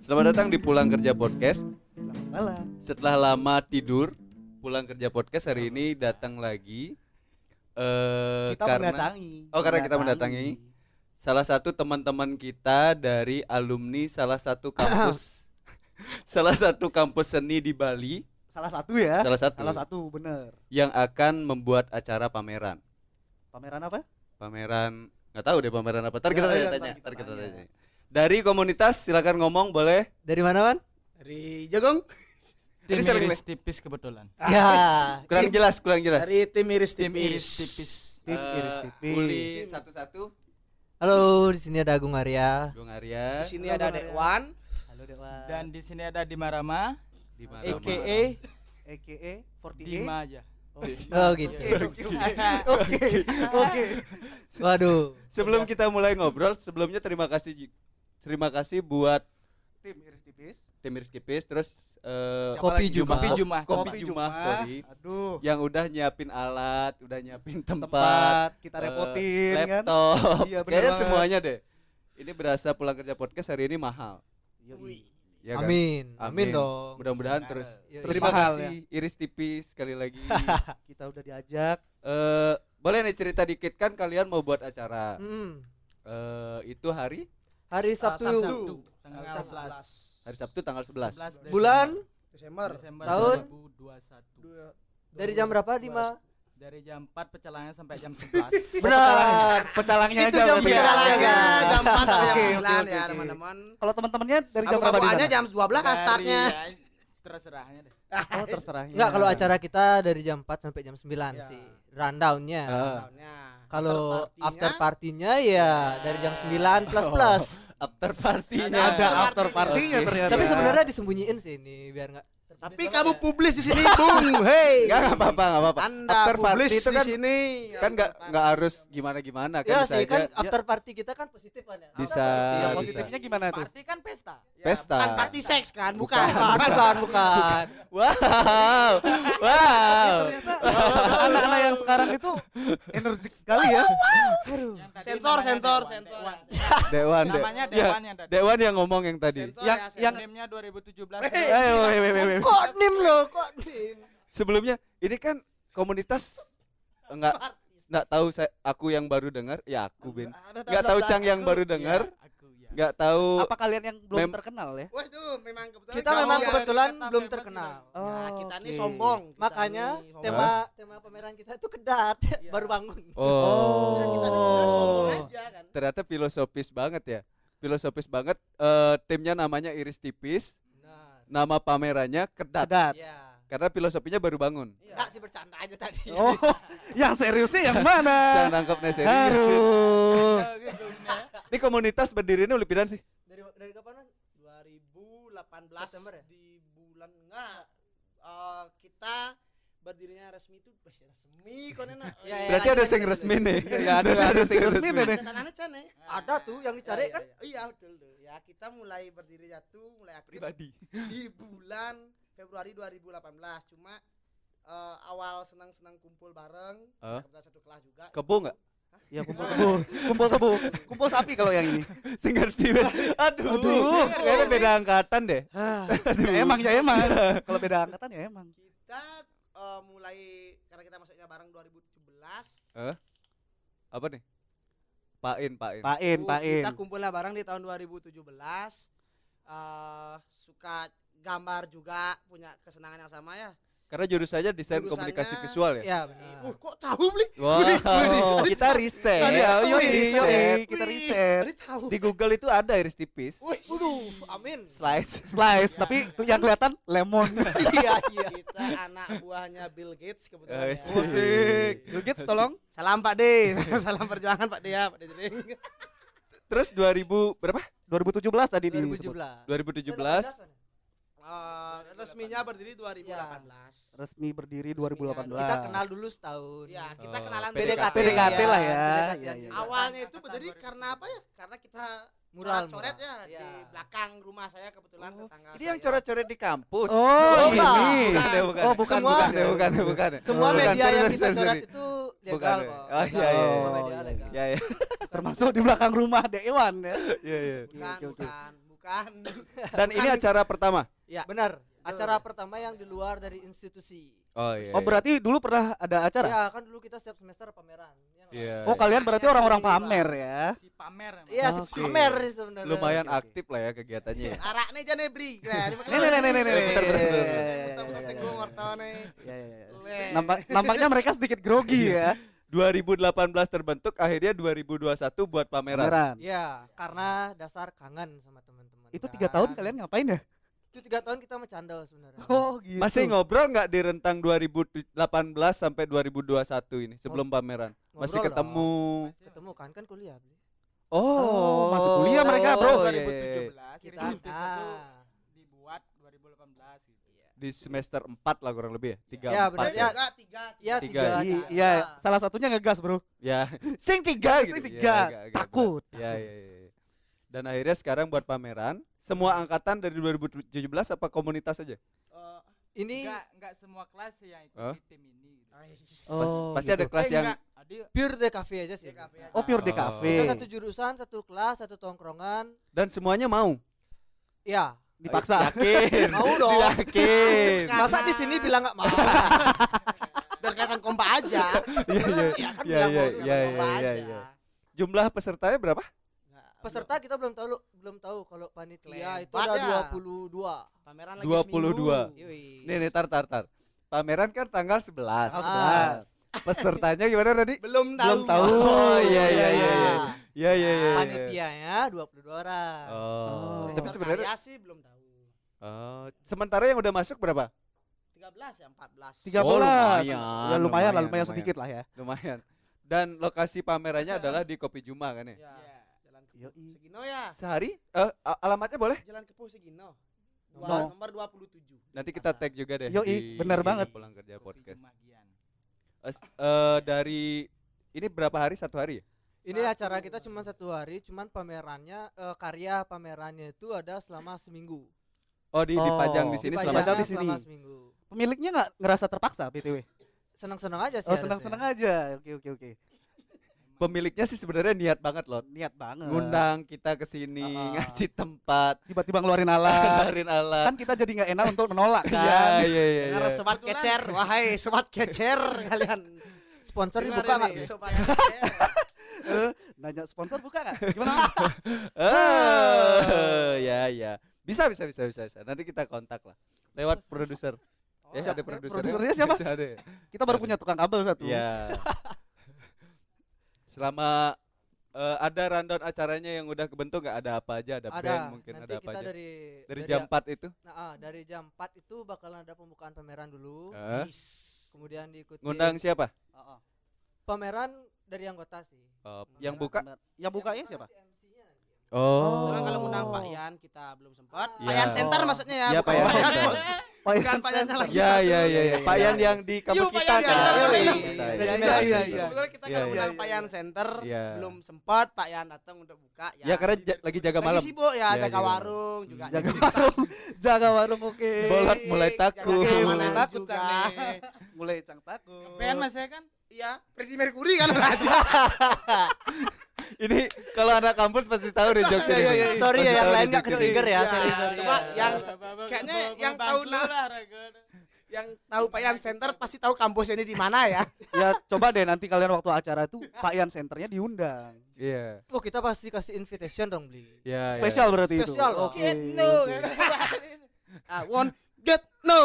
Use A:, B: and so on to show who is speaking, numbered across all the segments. A: Selamat datang di Pulang Kerja Podcast.
B: Selamat malam.
A: Setelah lama tidur, Pulang Kerja Podcast hari ini datang lagi. Eh
B: Kita
A: karena
B: mendatangi.
A: Oh, karena kita mendatangi. salah satu teman-teman kita dari alumni salah satu kampus salah satu kampus seni di Bali
B: Salah satu ya.
A: Salah satu.
B: Salah satu bener.
A: yang akan membuat acara pameran.
B: Pameran
A: Eh,
B: apa?
A: Pameran nggak tahu deh pameran apa. Ntar
B: Ya,
A: kita
B: iya,
A: tanya,
B: ntar
A: tanya,
B: kita
A: ntar kita
B: tanya.
A: tanya. Dari komunitas silakan ngomong boleh.
C: Dari mana, Man?
D: Dari Jogong?
A: Ini
E: Tim
A: sering
E: iris tipis kebetulan.
C: Ya.
A: Ah, Kurang jelas, kurang jelas.
D: Dari tim Iris
E: Tim
D: Tipis.
E: iris tipis.
B: Tim
A: Eh,
B: iris tipis.
A: Uli satu-satu,
C: Halo, di sini ada Agung Arya.
A: Bung Arya,
D: Di sini ada Dewan.
B: Halo Dewa.
E: Dan di sini ada Dimarama,
A: di mana?
E: EKE
B: EKE 48.
E: Dima aja.
C: Oh, gitu.
B: Oke. Oke.
C: Waduh.
A: Sebelum kita mulai ngobrol, sebelumnya terima kasih Ji- terima kasih buat
B: Tim iris tipis.
A: Tim Iris Kipis terus eh,
C: Siapa Kopi lagi? Jumah.
E: Kopi Jumah.
A: Kopi Jumah, sorry.
B: Aduh.
A: yang udah nyiapin alat, udah nyiapin tempat,
B: Tempat, kita
A: eh,
B: repotin, kan?
A: laptop.
B: Iya, bener
A: Kayaknya
B: banget.
A: semuanya deh. Ini berasa pulang kerja podcast hari ini mahal.
B: Yoi.
A: Ya kan?
C: Amin. Amin dong. Iya,
A: Mudah-mudahan
C: Semoga.
A: terus.
C: Yoi.
A: terus terima
B: Iya, mahal ya.
A: kasih Iris tipis sekali lagi.
B: Kita udah diajak.
A: Eh, boleh nih cerita dikit kan kalian mau buat acara.
C: Mm.
A: Eh, itu hari
C: Hari Sabtu,
E: tanggal
D: Tanggal
E: 11.
A: hari Sabtu tanggal 11.
E: 11
C: bulan
D: Desember.
E: Desember
C: Tahun?
E: 2021.
D: Dua-
C: dari jam berapa, Dima?
E: Dari jam 4 pecelangnya sampai jam 11.
C: Benar.
B: Pecalangnya
D: Itu jam
B: berarti.
D: perjalannya
B: Iya.
D: jam 4 sampai jam
B: Oke,
D: 9
B: oke,
D: ya
B: oke.
D: teman-teman.
B: Kalau teman-temannya dari jam
D: Aku
B: berapa
D: bukaannya
B: Diman?
D: jam 12 kan
E: Dari-
D: startnya.
E: Terserahnya deh.
B: Oh, terserahnya.
C: Enggak,
A: Iya.
C: kalau acara kita dari jam 4 sampai jam 9 sih. Rundownnya.
A: Eh,
D: Tahunnya.
C: Kalau
D: After
C: after partinya
D: party-nya,
A: Iya.
C: ya dari jam 9
A: Oh.
C: plus plus.
A: after party-nya.
B: ada
D: Ada
B: after party-nya
A: Oke.
B: ternyata.
C: Tapi sebenarnya disembunyiin sih ini biar enggak
A: Kan
D: Tapi kamu publis di sini, Bung. Hey.
A: Enggak apa-apa, enggak apa-apa.
D: Anda
A: after party
D: publis
A: itu
D: di
A: kan
D: sini.
A: kan enggak enggak harus gimana-gimana kan
C: Ya
A: bisa
C: sih
A: aja
C: kan after party kita kan positif kan ya.
A: bisa
B: Yang
A: bisa.
B: Iya, positifnya gimana tuh?
E: Party kan pesta.
A: pesta.
D: Bukan party seks kan? Bukan.
C: Bukan, bukan, bukan.
A: Wow. Wow.
B: anak-anak yang sekarang itu energik sekali ya.
E: Yang tadi
D: Sensor,
E: namanya
D: sensor,
E: Dewan,
D: sensor.
E: Dewan.
A: Dewan, De-
E: Namanya
A: ya,
E: Dewan yang tadi.
A: Dewan yang ngomong yang tadi.
D: Sensor
B: Yang-
D: ya,
B: yang-
D: sensor.
E: Nimnya 2017.
A: Eh, weh, weh, weh, weh.
C: Kok nim lo, kok nim.
A: Sebelumnya ini kan komunitas
D: ya,
A: enggak enggak tahu saya aku yang baru dengar, ya aku Ben. Enggak tahu Cang yang baru dengar,
E: Aku ya.
A: enggak tahu
B: Apa kalian yang belum
A: Mem-
B: terkenal ya?
D: Nah. Waduh, memang kebetulan
C: Kita
D: kamu
C: memang
D: yang-
C: kebetulan
E: kita
C: belum
E: bebas
C: terkenal.
B: Ya, Oh,
D: Nah, kita nih
B: oke.
D: sombong. Kita
C: Makanya
D: nih sombong.
C: tema tema pameran kita itu kedat, baru bangun.
A: Oh.
D: Nah, kita nih sebenarnya sombong aja kan.
A: Ternyata filosofis banget ya. Filosofis banget eh, timnya namanya Iris Tipis,
C: Benar.
A: nama pamerannya Kedat.
B: Kedat.
C: Ya.
A: Karena filosofinya baru bangun.
C: Enggak sih bercanda aja tadi.
B: Oh, yang seriusnya yang mana?
A: Cang nangkep nih serius.
B: Aduh.
A: Ini komunitas berdirinya lebih pidan sih.
C: Dari dari kapan? Man?
D: 2018
C: September ya?
D: di bulan enggak eh, kita berdirinya resmi itu pasti resmi kok Nena. Oh,
C: Ya, ya,
A: Berarti ada sing resmi nih.
B: Iya, ada- ada sing resmi nih.
D: Tanahnya Chan ya.
C: Ada tuh yang dicari
D: Ya,
C: kan?
D: ya, ya. Iya betul tuh. Ya kita mulai berdirinya tuh mulai aktif
A: Pribadi.
D: di bulan Februari 2018. Cuma eh, awal senang-senang kumpul bareng,
A: Eh?
D: kebetulan satu kelas juga.
A: Kebo nggak?
B: Ya kumpul kebu, kumpul kebu, kumpul sapi kalau yang ini.
A: Sing ngerti. Ben. Aduh.
B: Aduh.
A: Kayaknya beda angkatan deh.
B: Hah, ya emang ya emang. Kalau beda angkatan ya emang.
D: Kita eh, mulai karena kita masuknya bareng 2017
A: Apa nih? Pain, pain.
B: Pain,
D: Bu,
B: pain.
D: Kita kumpulnya bareng di tahun 2017. eh suka gambar juga punya kesenangan yang sama ya.
A: Karena jurusannya desain
D: Jurusannya-
A: komunikasi visual ya.
C: Ya, benar.
D: Uh, kok tahu beli?
A: Wow. Kita riset.
D: Tadi
A: Iya,
D: tahu
A: yuk,
D: ini,
A: riset.
B: Kita riset.
D: Tadi tahu.
A: Di Google itu ada iris tipis.
D: Wih,
C: Aduh, amin.
A: Slice.
B: Slice, tapi yang kelihatan lemon.
D: iya iya. Kita anak buahnya Bill Gates
A: Eh,
D: kebetulan. ya.
A: sih. Asik.
B: Bill Gates tolong.
D: Salam Pak D, salam perjuangan Pak D ya, Pak D Jering.
A: Terus 2000 berapa?
B: 2017 tadi disebut.
C: 2017.
A: 2017.
D: Eh, resminya berdiri 2018.
B: Resmi berdiri
A: ya.
D: Resminya.
B: 2018.
C: Kita kenal dulu setahun.
D: Ya, kita
A: Oh,
D: kenalan
A: PDKT.
B: PDKT lah ya.
C: PDKT.
B: Iya, iya, iya.
D: Awalnya itu berdiri karena apa ya? Karena kita
C: mural
D: coret
C: mural.
D: ya di
E: Iya.
D: belakang rumah saya kebetulan tetangga
A: Ini Oh, yang
D: saya.
A: coret-coret di kampus.
B: Oh,
D: enggak,
B: ini.
D: bukan.
A: Bukan, bukan.
B: Oh, bukan,
A: Bukan,
B: bukan.
A: bukan, bukan, bukan.
C: Semua
A: Bukan,
C: media yang
A: sorry,
C: kita
A: sorry,
C: coret
A: sorry.
C: itu
A: Bukan,
C: legal
A: ya.
C: kok.
A: Oh,
C: Legal.
A: iya, iya,
C: Semua
B: iya.
C: media legal.
A: Ya ya.
B: Termasuk di belakang rumah Dek Iwan ya.
A: Ya ya.
B: Oke,
D: Bukan,
B: oke, oke.
D: bukan, bukan.
A: Dan ini acara pertama.
C: Benar. Acara pertama yang di luar dari institusi.
A: Oh iya.
B: Oh, berarti dulu pernah ada acara?
C: Ya kan dulu kita setiap semester pameran. ya nggak?
A: Iya.
B: Oh, kalian berarti
D: Hanya
B: orang-orang
D: sendiri,
B: pamer ya.
E: si pamer emang.
C: Iya, si
B: Oke.
C: pamer sih sebenarnya.
A: lumayan
B: Oke, oke.
A: aktif lah ya kegiatannya. ya.
D: Arak nih jane bri. Nah, ini
B: Nih, nih, nih, nih, nih, nih.
A: Bentar, bentar, bentar.
D: Muter-muter senggung wortel nih.
B: Ya, ya, ya.
D: Le.
B: Nampak, nampaknya mereka sedikit
A: Iya,
B: grogi ya.
A: 2018 terbentuk, akhirnya 2021 buat pameran.
B: Pameran.
C: Iya, karena dasar kangen sama teman-teman.
B: Itu tiga tahun
C: Iya.
B: kalian ngapain ya?
C: Itu tiga tahun kita mencandal sebenarnya.
B: Oh, gitu.
A: Masih ngobrol nggak di rentang 2018 sampai 2021 ini sebelum pameran? Masih
C: Ngobrol
A: ketemu.
E: Masih-
C: Ketemu kan kan kuliah. Bli.
B: Oh, masih kuliah mereka, Bro.
A: Oh, iya, iya, iya.
E: 2017
C: Kita
E: itu Intis itu
C: ah.
E: dibuat 2018 gitu.
D: Iya.
A: Di semester 4 lah kurang lebih ya. 3
C: Ya,
D: Ada
C: benar, ya.
D: juga tiga, tiga.
C: Iya,
A: Tiga.
C: tiga.
B: I-
C: kan.
B: Iya, salah satunya ngegas, Bro.
A: Ya. Sing 3 gitu. Ya,
B: Sing tiga.
A: agak- agak
B: Takut.
A: berat. Ya, ya, ya, ya. Dan akhirnya sekarang buat pameran, semua angkatan dari 2017 apa komunitas aja?
D: Oh,
C: Ini
E: Enggak enggak semua kelas sih yang ikut
A: Hah?
E: di tim ini. gitu.
D: ais.
A: Pas-
B: Oh,
A: pasti
B: gitu.
A: ada kelas
E: Eh,
A: yang
E: enggak, ada
C: pure DKV aja sih.
D: DKV aja.
B: Oh, pure
A: Oh.
B: DKV.
C: Kita satu jurusan, satu kelas, satu tongkrongan.
A: dan semuanya mau.
C: Ya,
B: Dipaksa.
A: Yakin.
C: mau dong.
A: Yakin.
C: Masa di sini bilang nggak mau?
D: Biar kelihatan kompa aja.
A: Iya, iya,
D: Ya kan
A: iya, iya,
D: bilang mau kelihatan
A: iya,
D: kompa
A: iya,
D: aja.
A: iya. Jumlah pesertanya berapa?
D: Nah,
C: Peserta kita belum tahu belum tahu kalau panitia itu
D: Lebar
C: ada
D: ya.
C: 22.
D: pameran lagi
A: 22.
D: seminggu.
C: Yoi.
A: Nih, nih, tar, tar, tar. Pameran kan tanggal 11.
C: Ah.
A: Pesertanya gimana tadi?
D: Belum tahu.
A: Belum tahu. Oh, iya, iya, iya, iya. Iya, iya, iya. iya.
C: Panitianya 22 orang.
A: Oh.
B: Oh.
A: Tapi sebenarnya
D: Karya sih belum tahu.
A: oh, sementara yang udah masuk berapa?
D: 13 ya 14.
A: Oh, lumayan,
B: 13. ya lumayan, lah,
A: lumayan,
B: lumayan
A: lumayan.
B: sedikit lah ya.
A: Lumayan. Dan lokasi pamerannya adalah di Kopi Juma kan ya?
D: Ya,
E: Iya.
D: Jalan ke
B: Yoi.
D: Segino ya.
A: Sehari? Eh, a- alamatnya boleh?
D: Jalan ke Pulau Segino. Dua,
B: Nomor.
D: nomor 27.
A: Nanti kita tag juga deh.
B: Yoi,
A: di-
B: bener
A: di
B: banget.
A: Pulang kerja
E: Kopi
A: Ya, podcast.
E: Jumagian.
A: Eh, s- eh, dari ini berapa hari? Satu hari ya?
C: Ini
D: Satu
C: acara kita
D: hari.
C: cuma satu hari, cuman pamerannya eh, karya pamerannya itu ada selama seminggu.
A: Oh, di dipajang
B: Oh.
A: di sini
B: Dipajang
A: selama
C: Dipajangnya
B: di sini.
C: selama seminggu.
B: Pemiliknya nggak ngerasa terpaksa BTW.
C: Senang-senang aja sih.
B: Oh, senang-senang aja. Oke, oke, oke.
A: pemiliknya sih sebenarnya niat banget loh.
B: Niat banget.
A: Ngundang kita ke sini,
B: Ah.
A: ngasih tempat,
B: Tiba-tiba ngeluarin alat.
A: ngeluarin alat.
B: kan kita jadi nggak enak untuk menolak
A: Iya,
B: kan.
A: iya, iya.
D: Dengar
A: iya.
D: sobat
E: Kebetulan-
D: kecer, wahai sobat kecer kalian.
C: Sponsor
D: Dengar
C: dibuka
D: ini,
C: nggak? Bli?
A: Iya.
D: sobat kecer.
B: Eh, Nanya sponsor buka nggak? Gimana?
A: Eh, ya, ya. Bisa, bisa, bisa, bisa, bisa. Nanti kita kontak lah. Lewat produser. Eh,
B: Oh, siapa?
A: ada produsernya.
B: Produsernya siapa?
A: Bisa ada ya?
B: Kita baru punya tukang kabel satu.
A: Ya. Selama eh, ada rundown acaranya yang udah kebentuk nggak ada apa aja ada,
C: Ada.
A: brand mungkin
C: Nanti
A: ada apa
C: kita
A: aja dari,
C: dari
A: jam 4 itu
C: Nah, ah, dari jam 4 itu bakalan ada pembukaan pameran dulu.
A: Heeh.
D: Is.
C: Kemudian diikuti
A: Eh. ngundang siapa
B: Oh, oh.
C: pameran dari anggota sih.
A: Eh, yang buka
B: Yang bukanya siapa?
C: Yang buka nanti MC-nya nanti.
A: oh
D: Kebetulan kalau ngundang Pak Yan kita belum sempat.
A: Ya.
D: Pak Yan Center
B: Oh.
D: maksudnya ya,
A: Ya, Pak
D: bukan
A: Yan
D: Pak Yan
A: Center.
D: Bos.
B: Oh, iya.
D: Bukan Pak Yan lagi
A: ya
D: satu.
A: ya ya ya Pak Yan yang di kampus
D: Yuk, Pak
A: kita kan
D: Yan, Yan,
A: Yoi.
D: Yan.
A: Kita,
B: Iya,
A: ya.
B: iya, iya, iya.
D: Kebetulan kita
A: Iya,
D: kalau
A: iya,
D: undang
B: iya,
D: Pak
B: iya.
D: Yan Center
A: Ya.
D: belum sempat Pak Yan datang untuk buka
A: ya karena ja- lagi jaga
D: lagi
A: malam
D: sibuk ya,
A: Ya,
D: jaga
A: jaga
D: warung juga.
B: Jaga warung. Jaga warung oke.
A: Bolot mulai takut
D: Jaga
B: Oke, mulai
D: keamanan
B: takut
D: juga.
B: Cang, nih. Mulai cang takut.
E: Band Mas ya kan?
D: Iya, Freddie Mercury kan aja.
A: ini kalau anak kampus pasti tahu deh jokes
B: Iya,
A: ini
B: iya, iya.
C: Sorry ya, yang lain nggak
A: kena
C: ke-trigger ya,
D: Ya,
C: sorry,
E: Iya,
C: sorry.
D: coba yang kayaknya
E: kayaknya
D: yang tahu nah. na- yang tahu Pak Yan Center pasti tahu kampus ini di mana ya.
B: Ya coba deh nanti kalian waktu acara tuh Pak Yan senternya diundang.
A: iya
C: Oh, kita pasti kasih invitation dong, Bli.
A: ya ya.
B: Spesial berarti itu.
C: Spesial. Gitu.
B: Oke.
E: Get no.
B: oke.
D: Ah, one get no.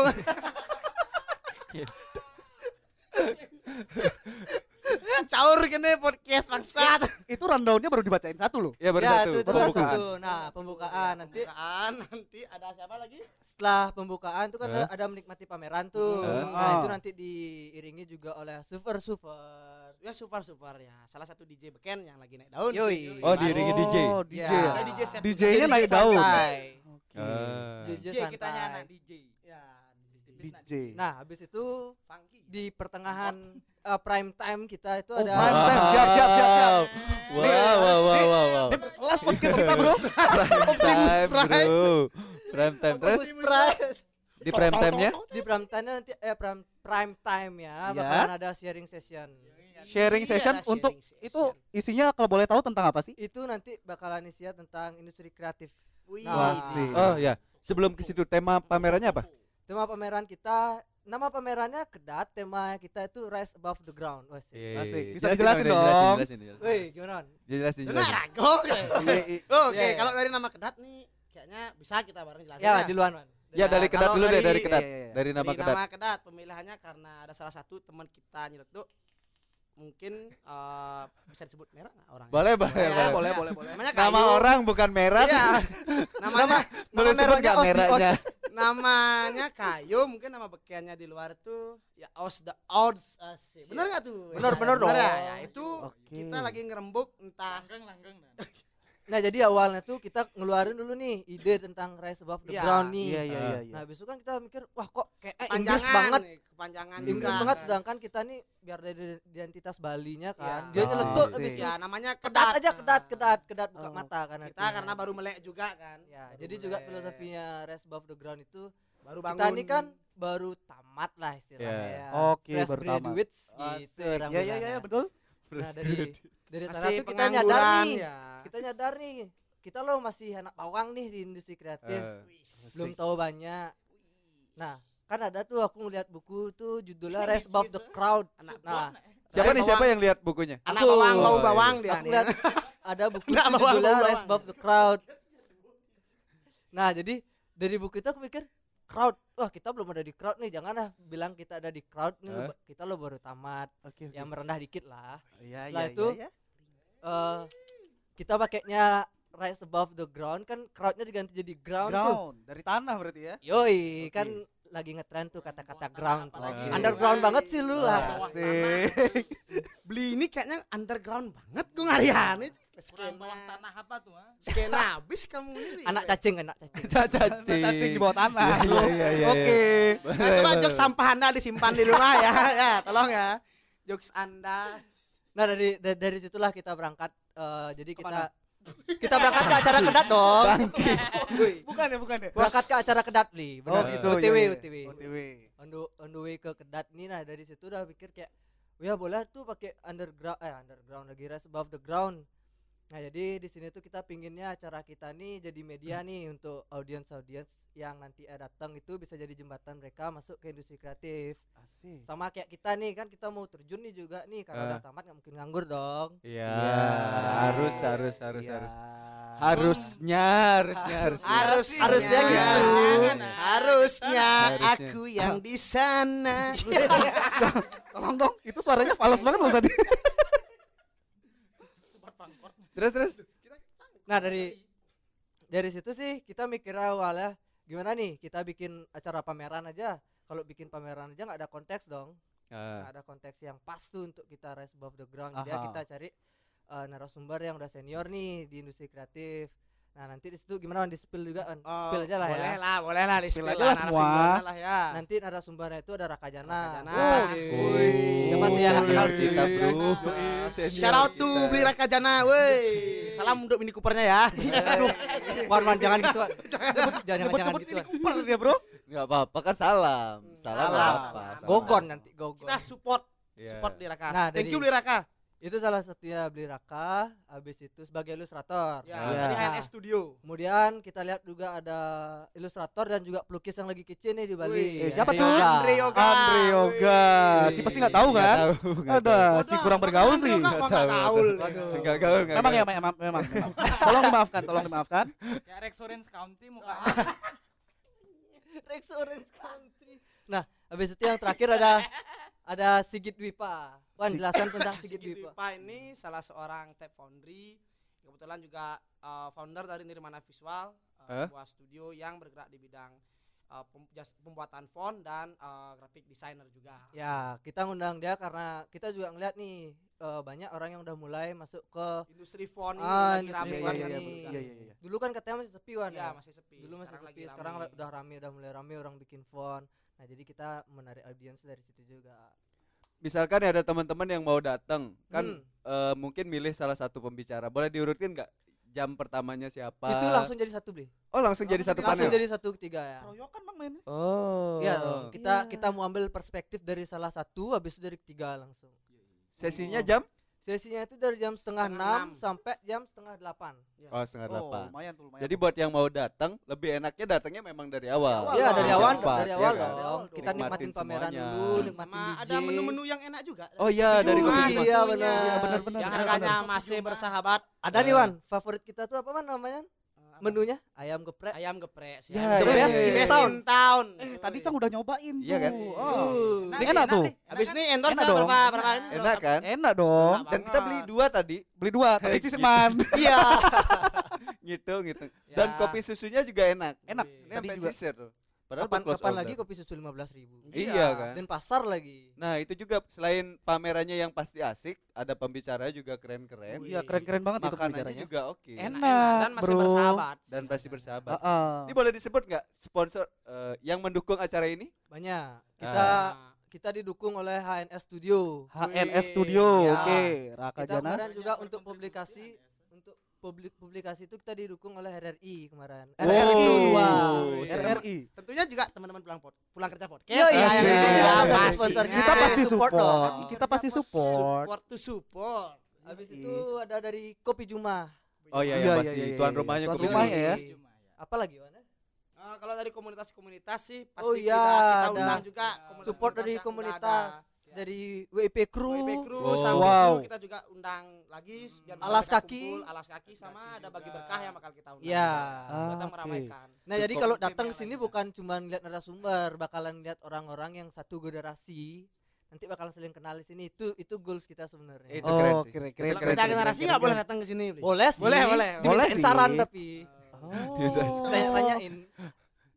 D: Caur gini podcast bangsat.
B: Itu rundownnya baru dibacain satu loh.
A: ya baru
C: ya,
A: satu
C: itu terus
A: pembukaan
C: itu. Nah, pembukaan nanti
D: Pembukaan, Ya, ah, nanti ada siapa lagi?
C: setelah pembukaan tuh kan
A: Hah?
C: ada menikmati pameran tuh.
A: Hah?
C: Nah, itu
B: Ah.
C: nanti diiringi juga oleh super super.
D: Ya super super ya. Salah satu DJ beken yang lagi naik daun.
C: Yoi.
A: Oh, diiringi DJ.
B: Oh, DJ.
C: Ya.
D: Ada DJ set.
B: DJ-nya naik daun.
C: santai.
B: Oke.
A: Ah.
C: DJ
E: DJ Iya, kita
C: santai.
E: anak DJ.
D: Ya, di- di-
B: DJ.
C: Nah, habis itu
D: funky
C: di pertengahan eh, prime time kita itu
B: Oh,
C: ada
B: prime time. Siap, siap, siap, siap.
E: Eh,
A: Wow, wow, wow, wow, wow.
B: Ini kelas podcast kita bro.
A: Prime
D: Optimus
A: time,
D: Prime.
A: bro. Prime time. Terus
D: Optimus
B: Iya,
D: Prime.
A: di prime time-nya
C: di prime time nanti eh prime, prime time ya
B: Iya.
C: bakalan ada sharing session.
B: Sharing
D: Iya,
B: session
D: sharing
B: untuk
D: session.
B: itu isinya kalau boleh tahu tentang apa sih?
C: Itu nanti bakalan isinya tentang industri kreatif.
D: Wih.
C: Nah,
B: Asik.
A: Oh ya, sebelum ke situ tema pamerannya apa?
C: Tema pameran kita nama pamerannya Kedat, tema kita itu Rise Above the Ground. Wes.
B: Asik.
A: Eh,
B: Bisa dijelasin
A: dong,
B: dong.
A: Jelasin, jelasin, jelasin.
C: Wih, gimana?
A: Jelasin,
D: Dengar,
A: jelasin.
D: Agong. Oke,
C: Iya, iya.
D: kalau dari nama kedat nih kayaknya bisa kita bareng jelasin.
C: Ya, duluan, Man.
A: Ya dari
D: Nah,
A: kedat
D: kalau
A: dulu deh,
D: dari-
A: dari kedat.
B: iya, iya, iya.
A: Dari
D: Dari
A: nama kedat.
D: Kedat, pemilihannya karena ada salah satu teman kita nyeletuk mungkin eh, bisa disebut merah nggak orangnya?
A: Boleh, boleh,
D: Ya,
A: boleh.
D: boleh, boleh, boleh. Namanya
A: Nama
D: Kayu.
A: orang bukan merah.
D: Iya. Namanya
A: Boleh sebut
B: merahnya
A: nggak
B: Os di
A: merahnya?
D: namanya Kayu, mungkin nama bekiannya di luar tuh ya Aus the eh, Odds. Asik. Benar enggak tuh?
C: Benar,
D: Ya,
C: benar dong.
D: Ya, ya, itu
B: Oke.
D: kita lagi ngerembuk entah
E: langgeng langgeng dan
C: Nah, jadi awalnya tuh kita ngeluarin dulu nih ide tentang Rise Above the
D: Iya.
C: Ground nih.
B: Iya iya
A: Ah.
B: iya. iya.
C: Nah, habis itu kan kita mikir, wah kok kayaknya eh,
D: panjangan
C: Inggris banget.
D: kepanjangan
A: Hmm.
C: Inggris
D: juga
C: banget
D: kan.
C: sedangkan kita nih biar dari identitas Balinya kan.
D: Iya.
C: Dia nyeletuk
B: Asik.
C: habis itu.
D: Ya, namanya
C: Kedat aja kedat, kedat, kedat buka
B: Oh.
C: mata kan
D: Kita
C: artinya.
D: karena baru melek juga kan.
C: ya,
D: Baru
C: jadi juga
D: melek.
C: filosofinya Rise Above the Ground itu
D: baru bangun.
C: kita ini kan baru tamat lah istilahnya
A: Iya.
C: ya.
B: Oke,
C: Fresh
B: baru tamat.
C: graduates
B: Asik.
C: gitu orang
B: Iya iya
C: bilangnya.
B: iya betul.
C: Nah,
A: eh,
C: dari dari sana
D: Masih
C: tuh kita nyadar
D: pengangguran
C: nih.
D: ya.
C: Kita nyadar nih. Kita loh masih anak bawang nih di industri kreatif.
A: Eh,
C: belum tahu banyak. Nah, kan ada tuh aku ngeliat buku tuh judulnya Rise
D: gitu.
C: Above the Crowd.
D: Anak
C: Nah,
A: Siapa nih
D: Bawang.
A: siapa yang lihat bukunya?
D: anak
C: Aku-
D: bawang bau
A: Oh, iya.
D: bawang dia
C: aku
D: nih.
C: lihat ya. ada buku
D: Nah,
C: tuh
D: bawang,
C: judulnya
D: bawang,
C: Rise Above the Crowd. Nah, jadi dari buku itu aku pikir crowd wah kita belum ada di crowd nih jangan ah bilang kita ada di crowd nih
A: Hah?
C: kita lo baru tamat
B: Oke. oke.
C: yang merendah dikit lah
B: Iya
C: setelah
B: iya
C: itu,
B: iya.
C: Eh, kita pakainya rise above the ground kan crowdnya diganti jadi ground, tuh
B: Ground dari tanah berarti ya. Oke.
C: yoi kan lagi ngetren tuh kata-kata ground tuh.
A: apalagi.
C: underground banget sih lu
D: Wah.
B: Nah.
C: as.
B: Asik.
D: beli ini kayaknya underground banget gue ngarian itu
E: kurang
D: skena
E: bawang tanah apa tuh ah? ha?
D: skena habis kamu ini
C: anak cacing anak cacing
A: Cacing.
B: Cacing di bawah tanah.
A: Iya, iya, iya, iya.
B: Oke.
D: Nah, coba jokes sampah anda disimpan di rumah ya ya tolong ya jokes anda
C: nah dari da- dari situlah kita berangkat eh, jadi kita kita berangkat ke acara kedat dong
B: Bukan ya bukan ya.
C: berangkat ke acara kedat nih benar
B: Oh gitu. iya,
C: OTW
B: iya.
C: OTW
B: OTW.
C: on the, on the way ke kedat nih nah dari situ udah pikir kayak ya boleh tuh pakai underground eh underground lagi rise above the ground nah jadi di sini tuh kita pinginnya acara kita nih jadi media
B: Hmm.
C: nih untuk audiens audiens yang nanti eh, datang itu bisa jadi jembatan mereka masuk ke industri kreatif
B: Asik.
C: sama kayak kita nih kan kita mau terjun nih juga nih karena
A: Eh.
C: udah tamat nggak mungkin nganggur dong
A: Iya,
B: Iya.
A: harus harus harus
B: Iya.
A: harus. Harusnya, harusnya, harusnya.
D: harus
C: Harusnya gitu.
D: harusnya
A: Harusnya.
D: aku yang di sana
B: Tolong dong, itu suaranya fals banget loh tadi.
E: sobat pangkot
A: Terus terus.
C: nah dari dari situ sih kita mikir awalnya gimana nih kita bikin acara pameran aja kalau bikin pameran aja nggak ada konteks dong
D: Iya.
A: Ah,
C: nggak ada konteks yang pas tuh untuk kita rise above the ground jadi ya
B: Aha.
C: kita cari eh, narasumber yang udah senior nih di industri kreatif nah nanti di situ gimana di spill juga kan
D: Oh,
C: spill aja lah
D: boleh
C: ya
D: lah boleh lah di
B: Spill
D: spill
B: aja lah
D: lah
B: semua.
D: narasumbernya lah ya
C: nanti narasumbernya itu ada Raka Jana
D: Raka Jana.
C: Siapa sih? siapa sih yang kenal
A: Senior
C: sih
A: kita, bro.
E: Ah.
D: Shout out to
A: Kita.
D: beli Raka Jana, woi. Salam untuk Mini Coopernya ya.
A: Iya.
D: Aduh,
C: Warman jangan gitu Wan. jangan jangan, jangan
B: Nyebut-nyebut
C: gitu
B: ini
C: Wan.
B: Cooper dia bro.
A: Enggak apa-apa kan salam. Salam
D: Salam,
A: nggak
D: salam.
A: apa.
C: gogon nanti gogon
D: kita support,
A: Iya.
D: support beli Raka.
C: Nah,
D: Thank
C: dari-
D: you beli Raka.
C: itu salah satunya beli Raka habis itu sebagai ilustrator
D: Ya,
A: Iya.
D: dari
C: Nah.
D: HNS Studio.
C: kemudian kita lihat juga ada ilustrator dan juga pelukis yang lagi kecil nih di Bali
D: Wih, iya,
B: eh, siapa
C: Andre
B: tuh?
C: Yoga.
D: Andre Yoga.
B: Andre Yoga.
A: Wih.
B: Ci pasti nggak tahu
A: Ah, Nggak
B: kan?
A: tahu, nggak
B: Ada,
D: Waduh,
B: Ci kurang bergaul
D: Andre
B: sih.
D: Yoga kok nggak
A: Nggak
D: gaul.
A: tahu. Nggak gaul, nggak
B: Memang ya,
A: gaul.
B: memang, memang. memang. tolong dimaafkan, tolong dimaafkan.
E: ya Rex Orange County
D: Nah,
E: muka
C: Rex Orange Country. Nah, habis itu yang terakhir ada ada Sigit Wipa. Wan
B: Sig-
C: jelasan tentang Sigit
D: Sigit
C: Wipa.
D: Wipa ini salah seorang tape foundry, kebetulan juga eh, founder dari Nirmana Visual, eh,
A: Hah?
D: sebuah studio yang bergerak di bidang eh, pem- jas- pembuatan font dan eh, graphic designer juga.
C: Ya, kita ngundang dia karena kita juga ngeliat nih eh, banyak orang yang udah mulai masuk ke
D: Industri font ini
C: Ah,
D: lagi
C: industri
D: rame
B: Iya,
C: font
D: banget
B: iya,
C: ini.
D: sebenarnya.
B: iya, iya, iya.
C: dulu kan katanya masih sepi Wan.
D: Iya,
C: ya?
D: masih sepi.
C: dulu masih
D: lagi
C: sepi,
D: rame.
C: sekarang udah rame, udah mulai rame orang bikin font. Nah, jadi kita menarik audiens dari situ juga.
A: Misalkan ya, ada teman-teman yang mau datang, kan
C: Hmm.
A: eh, mungkin milih salah satu pembicara. Boleh diurutin nggak jam pertamanya siapa?
C: Itu langsung jadi satu beli.
A: Oh, langsung jadi satu
E: Langsung
C: Langsung
A: panel.
C: jadi satu ketiga ya.
E: Keroyokan bang mainnya.
A: Oh.
C: Iya dong, kita
D: Iya.
C: kita mau ambil perspektif dari salah satu habis itu dari ketiga langsung.
A: Sesinya jam?
C: Sesinya itu dari jam setengah
D: Setengah
C: enam
D: enam.
C: sampai jam setengah delapan.
A: Oh, setengah
B: Oh,
A: delapan.
B: lumayan tuh, lumayan.
A: Jadi buat yang mau datang, lebih enaknya datangnya memang dari awal.
B: Wah,
C: Iya
B: wah,
C: dari
B: wah,
C: awal
B: wah,
C: dari
A: iya
C: awal
A: kan?
D: Dari
C: dong.
D: awal
C: Kita
A: dong.
C: nikmatin
A: Nikmatin
C: pameran
A: semuanya.
C: dulu,
A: Hmm.
C: nikmatin
D: Sama
C: DJ.
D: ada menu-menu yang enak juga.
A: Oh iya, dari
D: Tujuan.
A: kopi.
C: Iya benar.
D: Iya,
A: benar-benar.
D: yang
A: benar,
D: harganya
E: benar.
D: masih bersahabat.
C: Ada nih Wan, favorit kita tuh apa man namanya?
D: Eh, apa?
C: Menunya ayam geprek.
D: ayam geprek sih.
A: Ya,
D: the
A: iya,
D: best
A: iya,
D: in
A: iya.
D: town. town.
B: Eh, tadi Cang udah nyobain
A: Iya
B: tuh.
A: kan?
B: Oh.
D: Duh.
B: Ini enak tuh.
D: Habis ini endorse
B: Enak
D: ya,
B: dong.
D: berapa berapa ini?
A: Enak
C: Eh,
A: kan?
B: Enak dong.
D: Enak
A: Dan kita beli
D: banget.
A: dua tadi,
B: Beli dua, tapi
A: Gitu.
B: cisiman.
C: Iya.
A: ngitung ngitung.
D: Ya.
A: Dan kopi susunya juga enak.
B: Enak.
A: Ini
B: Tadi
A: sampai
B: juga.
A: sisir tuh. Padahal buat
C: Kapan
A: close
C: kapan
A: order.
C: lagi kopi susu 15.000 ribu
D: Ya,
A: Iya kan.
C: Dan pasar lagi.
A: Nah itu juga selain pamerannya yang pasti asik, ada pembicaranya juga keren-keren.
B: Iya, keren-keren banget itu
A: Makanannya
B: pembicaranya.
A: juga oke.
B: Enak,
D: Nah, dan masih
B: bro.
D: bersahabat. sih.
A: Dan pasti bersahabat.
B: Heeh.
A: Ini boleh disebut nggak sponsor eh, yang mendukung acara ini?
C: Banyak. Kita
D: Ah.
C: kita didukung oleh HNS Studio.
B: HNS Studio.
C: Iya.
B: Oke, Raka
C: Kita
B: Jana.
C: kemarin juga
E: Banyak
C: untuk
E: berkontribusi
C: publikasi
E: ada ya.
C: untuk publik publikasi itu kita didukung oleh RRI kemarin.
A: Wow.
C: RRI
A: Wow.
B: RRI.
D: Tentunya juga teman-teman pulang pod, pulang kerja podcast.
C: Iya, iya,
D: Ah, yang
B: iya,
D: ini
B: iya,
D: ya,
B: iya.
D: pastinya.
B: Kita pasti support.
C: Support dong.
B: Kita pasti support.
D: Support to support.
C: Habis itu ada dari Kopi Juma.
A: Oh iya,
B: Iya,
A: yang
B: iya,
A: pasti
B: iya, iya.
A: tuan rumahnya
B: Tuan iya.
A: kopi
C: rumah
A: Juma.
C: ya.
E: Cuma ya.
C: Apalagi eh? mana?
D: Ah, kalau dari komunitas-komunitas sih pasti
C: Oh iya,
D: kita, kita
C: ada.
D: undang juga
E: Support
D: komunitas-
C: Support dari
D: yang udah
C: komunitas,
D: Ya.
C: dari WIP
D: ada.
C: Crew.
D: WIB Crew
E: Oh.
A: Wow.
D: sampai
B: Wow.
D: crew kita juga undang lagi
E: Hmm.
D: biar
C: Alas
D: masyarakat
C: kaki.
D: kumpul, alas kaki sama
E: Kaki
D: ada bagi
E: juga.
D: berkah yang bakal kita undang.
C: Iya.
D: juga. Buat
B: Ah,
D: yang
B: oke.
D: meramaikan.
C: Nah, jadi
A: Support
C: kalau
E: tim
C: datang
D: kan
E: yang
D: ya.
C: sini
E: lainnya.
C: bukan cuma ngeliat narasumber, bakalan lihat orang-orang yang satu generasi. Nanti bakalan saling kenal di sini. Itu itu goals kita sebenarnya. Oh,
A: Itu keren
B: Oh,
A: sih.
B: keren-keren.
A: Keren,
D: Kalau kita
A: keren,
D: generasi
A: keren,
D: nggak
A: keren.
D: boleh datang ke sini. Bli.
C: Boleh sih.
D: Boleh, boleh.
C: Dimintain
B: Boleh sih.
C: saran tapi
E: Gitu
B: Oh.
C: tanya-tanyain.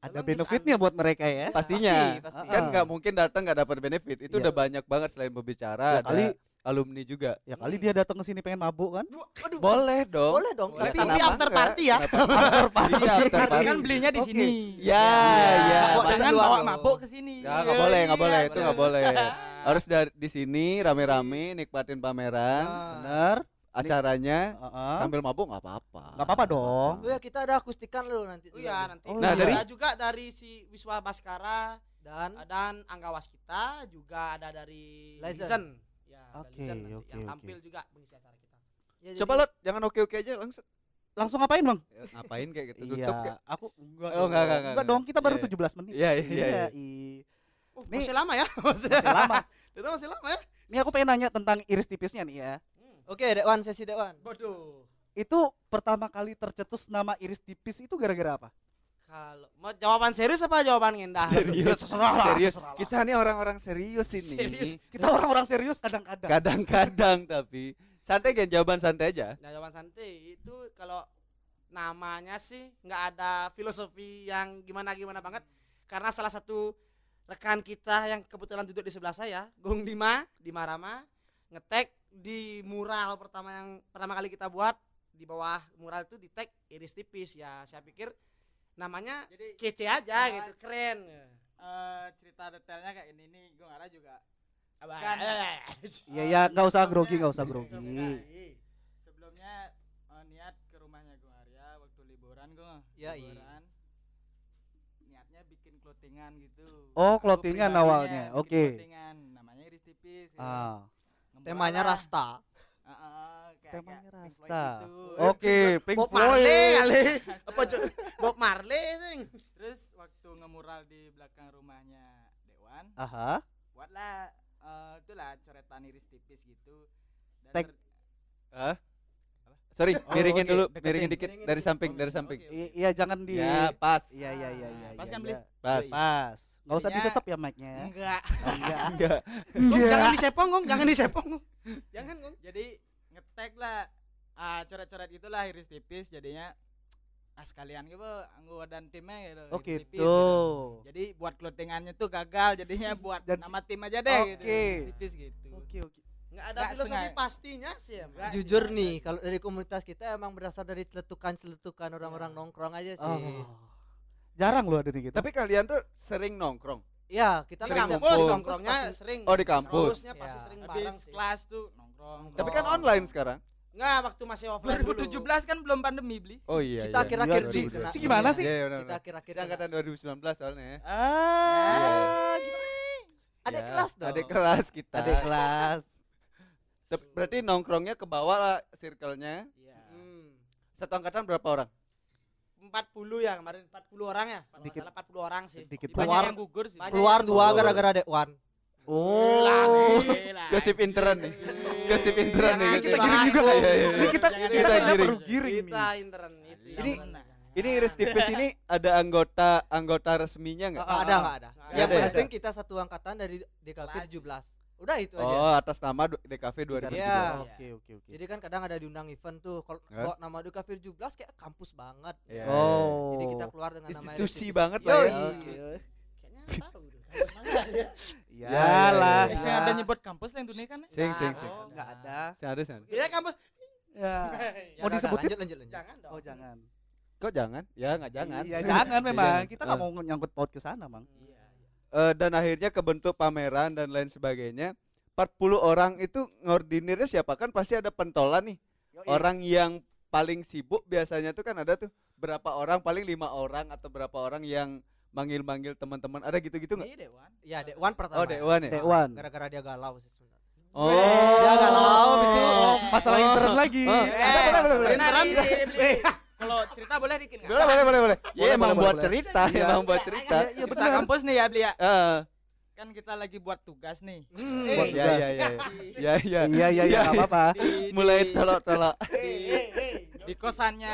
B: Ada benefitnya buat mereka ya.
A: Pastinya.
C: Pasti, pasti.
A: Kan
B: Ah.
A: nggak mungkin datang nggak dapat benefit. Itu
B: Iya.
A: udah banyak banget selain pembicara,
B: Ya
A: ada
B: kali-
A: alumni juga.
B: Ya kali dia datang ke sini pengen mabuk
E: Iya,
B: kan?
D: Bu- Aduh.
A: Boleh dong.
C: Boleh dong.
D: Boleh,
C: Tapi
D: tapi
B: kenapa
D: after
B: enggak?
D: party ya.
A: After party. Iya, after
E: Tapi
A: party.
E: kan belinya di
B: Oke.
E: sini.
A: Ya, ya.
C: Mabok
A: Masa
E: Jangan
C: di luar
E: bawa
C: loh.
E: mabuk ke sini.
A: Ya nggak
E: Iya,
A: boleh, nggak
E: iya,
A: boleh, itu nggak
E: bener.
A: boleh. Harus dari di sini rame-rame nikmatin pameran,
B: Bener.
A: acaranya
B: Heeh.
A: sambil mabuk nggak apa-apa.
B: Gak apa-apa dong.
C: Oh ya kita ada akustikan lo nanti.
D: Oh
C: juga
D: iya
C: nih.
D: nanti.
B: Oh
A: Nah,
D: Ada
A: dari-
D: juga dari si Wiswa Baskara
C: Dan
D: Hmm? dan Angga Waskita juga ada dari
C: Lizen.
D: Lizen. Ya, ada
B: Oke,
D: Lizen nanti
B: oke,
D: yang
B: oke.
D: tampil juga mengisi acara kita.
C: ya
A: Coba
C: jadi-
A: lo jangan oke-oke aja langsung.
B: Langsung ngapain bang?
A: Ya, Ngapain kayak gitu
B: Iya,
A: tutup kayak.
B: aku enggak.
A: Oh,
B: dong.
A: enggak, enggak, enggak,
B: Enggak dong, kita baru
A: Iya, iya.
B: 17 menit.
A: Iya, iya, iya, iya.
B: iya.
D: Oh,
B: Nih.
D: masih lama ya? Masih
B: Masih lama.
D: Itu masih lama ya?
B: Nih aku pengen nanya tentang iris tipisnya nih ya.
D: Hmm.
C: Oke, Dewan sesi Dewan.
D: Bodoh.
B: Itu pertama kali tercetus nama iris tipis itu gara-gara apa?
D: Kalau mau jawaban serius apa jawaban Ya, ngendah?
A: Serius,
B: terserah lah,
A: serius.
B: terserah lah.
A: Kita nih orang-orang serius Kan ini.
D: Serius.
B: Kita orang-orang serius kadang-kadang.
A: Kadang-kadang tapi santai kan jawaban santai aja.
D: Nah, jawaban santai itu kalau namanya sih nggak ada filosofi yang gimana-gimana banget karena salah satu rekan kita yang kebetulan duduk di sebelah saya, Gong Dima, Dima Rama, ngetek di mural pertama yang pertama kali kita buat di bawah mural itu di tag iris tipis ya. Saya pikir namanya
E: Jadi
D: kece aja
B: Iya.
D: gitu, keren.
E: eh, cerita detailnya kayak ini nih, gue nggak ada juga.
D: Abah.
E: Kan. Iya,
B: Iya, ya, nggak usah grogi, nggak usah grogi.
E: Sebelumnya eh, niat ke rumahnya Gung Arya waktu liburan gue.
C: Ya, iya.
E: liburan. Niatnya bikin clothingan gitu.
B: Oh,
E: Aku
B: clothingan
A: Iya,
E: pribadinya
B: awalnya,
E: bikin
B: oke.
E: Clothingan, namanya iris tipis. gitu.
B: Ah.
E: Ngemurah
C: Temanya
E: lah.
C: Rasta.
E: Ah, ah, ah, kayak-
B: Temanya
E: kayak Pink Floyd
B: Rasta. Oh.
E: gitu.
B: Oke, Pink
D: Bob Marley
B: Floyd.
D: kali. Apa Jo- Bob Marley sing.
E: Terus waktu ngemural di belakang rumahnya Dewan,
B: Aha.
E: buatlah eh, itulah coretan iris tipis gitu. Dan
B: Tag.
E: ter-
A: Hah? Sorry,
B: Oh,
A: miringin
B: oke,
A: dulu,
B: deketin.
A: miringin dikit
C: Miringin
A: dari
C: dikit.
A: samping,
E: Oh,
A: dari
E: oke,
A: samping.
E: oke.
B: I- iya, jangan di
A: Ya, pas.
B: Iya, iya, iya, iya.
E: Pas
B: iya,
E: kan, Hmm.
B: iya.
E: Bli?
A: Pas.
B: Pas. Enggak usah
E: Intinya-
B: disesep ya mic-nya.
E: Enggak.
B: Enggak.
A: Enggak.
D: Gong,
B: Iya.
D: jangan disepong, Gong, jangan disepong. Gong. Jangan, Gong.
E: Jadi ngetek lah ah, coret-coret itulah iris tipis jadinya ah sekalian gitu anggo dan timnya gitu. iris
B: Oke,
E: tipis gitu.
B: tuh.
E: Jadi buat clothingannya tuh gagal jadinya buat
B: Jadi-
E: nama tim aja deh gitu.
B: Oke.
E: Iris tipis gitu.
D: Oh,
B: Oke, oke.
D: Enggak ada
E: Nggak
D: filosofi
E: sengaja.
D: pastinya sih
E: Nggak.
A: Iya,
D: emang.
C: Jujur nih, kalau dari komunitas kita emang berasal dari
A: Iya.
C: celetukan-celetukan orang-orang nongkrong aja Iya sih.
B: Oh. Jarang loh ada nih gitu.
A: Tapi kalian tuh sering nongkrong.
C: ya kita
D: Di
A: Sering
C: bisa-
D: kampus
A: ngumpul.
D: nongkrongnya
C: Terus
D: sering.
A: Oh, di kampus.
D: Terusnya pasti
C: Ya.
D: sering bareng
E: habis
D: sih.
E: kelas tuh nongkrong.
A: Tapi kan online sekarang.
D: Enggak, waktu masih offline dulu.
E: 2017 kan belum pandemi beli.
A: Oh iya.
C: kita
A: iya.
C: akhir-akhir
A: Iya,
C: Ci,
A: iya,
C: kena- ya.
A: iya.
B: Ci gimana sih?
A: Iya, iya, benar,
C: kita
A: benar.
C: kira-kira
A: Saya angkatan 2019 soalnya ya.
B: Ah,
C: ada
A: Ya,
C: kelas dong
A: Ada kelas kita.
B: adik kelas.
A: Tep- Berarti nongkrongnya ke bawah lah circle-nya.
E: Iya.
D: Hmm.
A: Satu angkatan berapa orang?
C: Iya.
D: 40 ya kemarin 40 orang ya. Kalau
B: Dikit.
D: nggak salah 40 orang sih.
B: Sedikit
E: Banyak yang gugur sih.
D: Banyak.
C: keluar
A: Oh.
C: dua gara-gara dek wan
B: Oh.
E: Gila.
A: Gosip intern nih. Gosip intern nih.
D: Jangan
A: gosip
B: kita
A: intern.
B: giring juga.
A: Iya, iya,
B: Ini
A: iya.
B: kita
E: Jangan,
B: kita
A: jangan.
B: perlu
E: Kita
B: giring nih.
D: Kita intern gitu. itu.
A: Ini
D: yang benar.
A: Ini Iris Tipis ini ada anggota anggota resminya Ah, nggak?
C: nggak ada nggak ada
D: Nggak
A: ada
C: yang
A: ya?
C: penting kita satu angkatan dari DKV 17 udah itu aja
A: Oh, atas nama du- DKV 2000.
C: Iya.
B: Oke, oke, oke.
C: jadi kan kadang ada diundang event tuh kalau
A: Hah?
C: bawa nama DKV 17 kayak kampus banget Gitu.
A: Iya.
B: Oh.
C: jadi kita keluar dengan nama
A: Institusi
C: Erik Tipis.
A: banget lah ya.
C: Yoi.
B: Oke.
D: Kayaknya tahu deh. Mana ya?
B: Yalah.
E: Eh, saya ada nyebut kampus lah Indonesia kan. ya?
A: Sing sing sing.
D: Oh,
B: Enggak ada.
A: Sing ada sing ada.
D: Iya kampus.
B: Ya.
C: Ya
E: Iya.
B: Mau
C: udah, udah,
B: disebutin?
C: lanjut lanjut lanjut
D: Jangan dong.
B: Oh, jangan.
A: Kok jangan? Ya nggak jangan.
B: Iya, jangan
A: Iya,
B: memang.
A: jangan.
B: Kita nggak
A: Eh.
B: mau nyangkut paut ke sana, Bang.
A: Eh, dan akhirnya kebentuk pameran dan lain sebagainya. 40 orang itu ngordinirnya siapa kan pasti ada pentolan nih. Orang yang paling sibuk biasanya tuh kan ada tuh berapa orang paling lima orang atau berapa orang yang manggil-manggil teman-teman ada gitu-gitu nggak?
E: Iya, Dewan.
C: ya dek wan pertama
A: Oh Dewan ya.
B: Dewan. Ya,
C: gara-gara dia galau sih sebenarnya
A: Oh.
B: Dia
C: galau, habis itu
B: Masalah
A: Oh.
B: intern lagi. Eh,
A: Oh.
B: Ada, ada, ada, ada.
E: Benar, iya, iya, iya, iya. Kalau cerita boleh dikit nggak?
A: Boleh boleh boleh boleh.
B: Boleh,
A: Iya emang
B: boleh,
A: buat
B: boleh.
A: cerita,
B: Iya.
A: emang buat cerita.
B: Iya,
E: Cerita
B: benar.
E: kampus nih ya, Beli ya.
A: Eh,
E: Kan kita lagi buat tugas nih.
D: Iya,
A: buat- ya ya ya. Ya ya.
B: Iya, iya, iya, nggak apa-apa.
E: Di-
A: Mulai
E: di-
A: tolak-tolak.
D: Hei, hei, hei.
E: di kosannya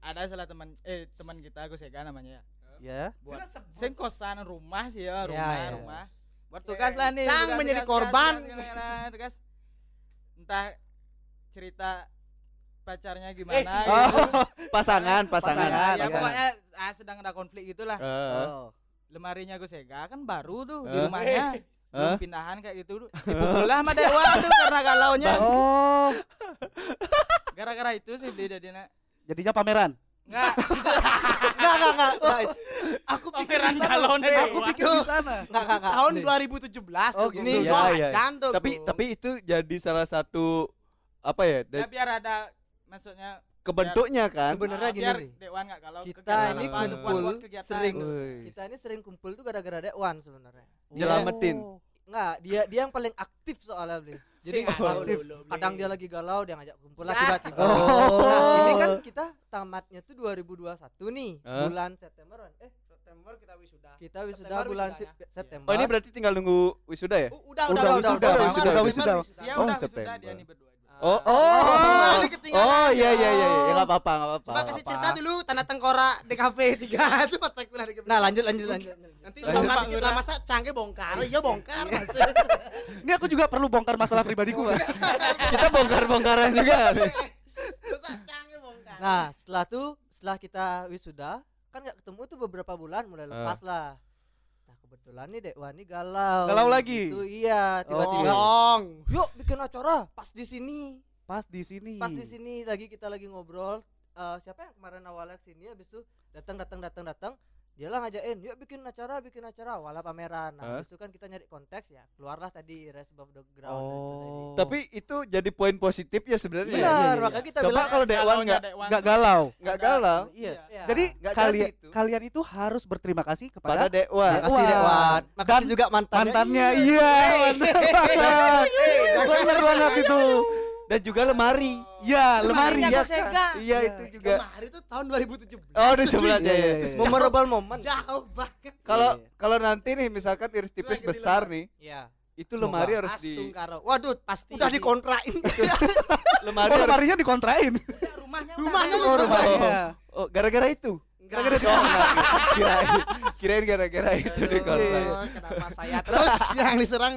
E: ada salah teman eh teman kita Gus Ega namanya ya.
B: Ya.
D: Buat- Kita sebut.
E: Sing kosan rumah sih ya, rumah,
C: iya.
E: rumah. Buat tugas lah nih.
D: Cang
E: tugas,
D: menjadi
E: tugas, tugas,
D: korban.
E: tugas, tugas, tugas, tugas. Entah cerita pacarnya gimana.
D: Eh,
E: gitu.
A: Pasangan,
E: Ya,
A: pasangan.
B: Pasangan,
E: ya,
A: pasangan.
E: pokoknya ah, sedang ada konflik gitulah.
A: Eh,
B: Oh,
E: Lemarinya Gus Ega kan baru tuh di
A: Eh. eh.
E: rumahnya. Belum pindahan kayak gitu dulu. Dipukul lah sama Dewa tuh karena galaunya.
B: Oh,
E: Gara-gara itu sih dia dia
B: jadinya pameran.
E: Enggak,
C: nggak nggak nggak nggak
B: Aku
E: pameran galaunya
D: Iya.
B: Aku
E: Dewa.
B: pikir di sana.
C: nggak nggak nggak.
D: Tahun
C: Nih.
D: 2017
B: Oh,
D: tuh,
B: gini.
D: Gung.
A: Iya,
D: Wah,
A: iya.
D: jando,
A: tapi
D: Gung.
A: tapi itu jadi salah satu apa ya
E: Ya
A: da-
E: biar ada maksudnya
A: kebentuknya kan
C: sebenarnya
E: ah,
C: gini
E: biar
C: nih.
E: Dewan nggak kalau
C: Kita
E: kegiatan
A: ini
E: apa, buat-
A: kumpul
E: buat kegiatan.
C: sering.
A: Wih.
C: kita ini sering kumpul tuh gara-gara dek wan sebenarnya
A: Nyelamatin.
B: Oh.
C: nggak dia dia yang paling aktif soalnya beli jadi
D: Sing, aduh,
C: aktif
D: lu, lu,
C: kadang
D: Bil.
C: dia lagi galau dia ngajak kumpul lah
D: Ah.
C: tiba-tiba
A: Oh.
C: nah ini kan kita tamatnya tuh 2021 nih
A: Hah?
C: bulan September eh
D: September kita wisuda.
C: kita wisuda
D: September
C: bulan
D: wisudanya.
C: Se- September
A: oh ini berarti tinggal nunggu wisuda ya
D: U- Udah,
B: Udah,
D: udah,
B: wisuda,
A: Bang.
D: udah, September
A: Udah
B: wisuda.
D: wisuda.
E: Dia
A: Oh,
E: udah
A: September.
E: wisuda dia nih berdua.
A: oh oh
D: Wah, Uh, ini ketinggalan
A: oh iya
D: ya.
A: iya iya ya nggak apa-apa nggak apa-apa
D: Coba
A: nggak
D: kasih
A: apa-apa.
D: cerita dulu tanda tengkorak DKV 3 itu mata kuliah DKV.
C: nah lanjut lanjut lanjut
D: nanti
E: Lanjut.
D: bongkar
E: Pak
D: dikit
E: Lurah.
D: lah masa cangke bongkar. Iya bongkar masih.
B: Ini aku juga perlu bongkar masalah pribadiku, Bang.
A: kita bongkar bongkaran juga
D: Masa cangke bongkar.
C: nah setelah tuh setelah kita wisuda kan nggak ketemu tuh beberapa bulan mulai lepas lah nah kebetulan nih dek wan ini galau
B: Galau lagi?
C: itu iya tiba-tiba
A: Oh.
D: Tolong.
C: yuk bikin acara pas di sini
B: Pas di sini.
C: pas di sini lagi kita lagi ngobrol eh, siapa yang kemarin awalnya kesini habis itu datang datang datang datang dia lah ngajakin yuk bikin acara bikin acara wala pameran nah,
A: Hah?
C: habis itu kan kita nyari konteks ya keluarlah tadi rest above the ground itu tadi
B: Oh.
A: tapi itu jadi poin positif ya sebenarnya
C: benar
A: ya?
B: iya, iya.
C: makanya kita
A: coba
C: bilang
A: kalau dewan
E: Galaunya
A: nggak
E: Dewan.
B: nggak galau.
A: nggak galau
B: Iya.
C: ya,
B: Jadi
A: Nggak
B: kalian
A: jadi itu.
B: kalian itu harus berterima kasih
A: pada
B: kepada
A: dewan
C: makasih
B: Dewan.
C: Dewan makasih juga mantan
B: mantannya. Iya, bener banget. Bener banget itu.
A: dan juga lemari
B: Ya, lemari
E: Lemarinya
B: ya.
E: Gus Ega.
A: iya
B: Iya.
A: itu juga
D: Kemarin itu tahun 2017.
A: oh udah sebelah
B: Iya, iya, iya.
C: memorable moment
D: Jauh banget.
A: kalau
B: Iya.
A: kalau nanti nih misalkan iris tipis
D: Lagi di
A: besar nih
C: ya
A: itu
C: Semoga.
A: lemari harus
D: Astung
A: di
D: karo. Waduh, pasti.
C: udah dikontrain
A: lemari
B: Oh,
A: harus-
B: lemarinya dikontrain.
E: Udah, rumahnya
D: Rumahnya
E: udah.
D: tuh
B: Oh, rumahnya.
A: oh gara-gara itu
D: Enggak.
A: gara-gara itu kirain kirain gara-gara
D: iya,
A: itu di ya. kontrak
D: Aduh, Kenapa saya terus yang diserang?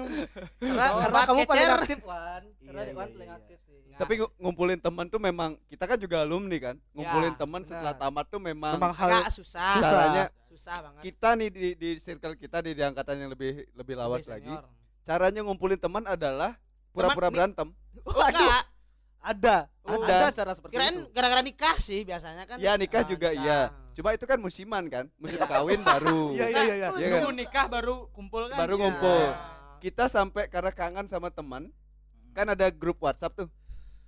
C: karena,
D: Oh,
C: karena kamu
D: kecer.
C: paling aktif Wan karena
B: Iya,
C: Dewan
B: iya,
C: paling
B: iya.
C: aktif sih
A: tapi ngu- ngumpulin teman tuh memang kita kan juga alumni kan ngumpulin
D: Ya,
A: teman
C: benar.
A: setelah tamat tuh memang,
B: Memang hal
D: Enggak susah.
B: Susah.
A: caranya
D: Susah banget.
A: kita nih di, di circle kita di, di angkatan yang lebih lebih lawas
D: Lebih
A: lagi
D: senior.
A: caranya ngumpulin teman adalah pura-pura
D: Teman-
A: berantem
D: Enggak,
B: ada.
A: Oh,
B: Ada
A: ada.
B: acara seperti
D: kirain
B: itu.
D: gara-gara nikah sih biasanya kan
A: Ya, nikah
D: Ah,
A: juga, iya. Cuma itu kan musiman kan, musim kawin baru.
B: Iya, iya, iya, iya.
A: Iya kan?
E: Sebelum nikah baru kumpul kan.
A: Baru
E: Iya.
A: ngumpul.
C: Nah.
A: Kita sampai karena kangen sama teman, kan ada grup WhatsApp tuh.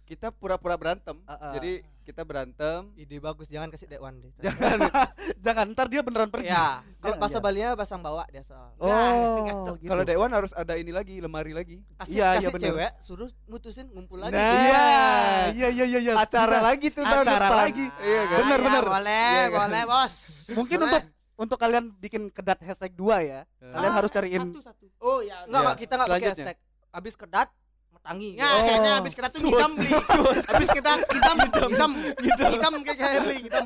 A: Kita pura-pura berantem.
B: Ah, ah.
A: Jadi kita berantem.
C: Ide bagus, jangan kasih dek Wandi.
A: Jangan
B: Jangan ntar dia beneran pergi.
C: Ya,
B: Jangan,
C: kalau bahasa
B: ya.
C: Balinya bahasa bawa dia soal.
B: Oh, gitu.
A: kalau Dewan harus ada ini lagi, lemari lagi.
C: Kasih,
B: Iya, iya,
C: kasih
B: bener.
C: cewek, suruh mutusin ngumpul lagi.
A: Nah,
B: Iya, iya, iya, iya, iya.
A: Acara
B: Bisa.
A: lagi tuh tahun
B: Acara
A: depan.
B: lagi.
A: Iya kan?
B: Bener,
D: Ya,
B: bener.
D: Boleh,
A: Iya, kan?
D: boleh, Bos.
B: Mungkin
D: Boleh.
B: untuk untuk kalian bikin kedat hashtag 2 ya. Kalian harus cariin
D: Ah, satu satu. Oh
C: Enggak,
D: ya.
A: Iya.
C: enggak, kita enggak pakai
A: Selanjutnya.
C: hashtag. Habis kedat, metangi.
A: Iya.
D: Ya,
B: Oh.
D: kayaknya habis kita tuh hitam beli. Habis kita hitam, hitam, hitam kayak kayak beli hitam.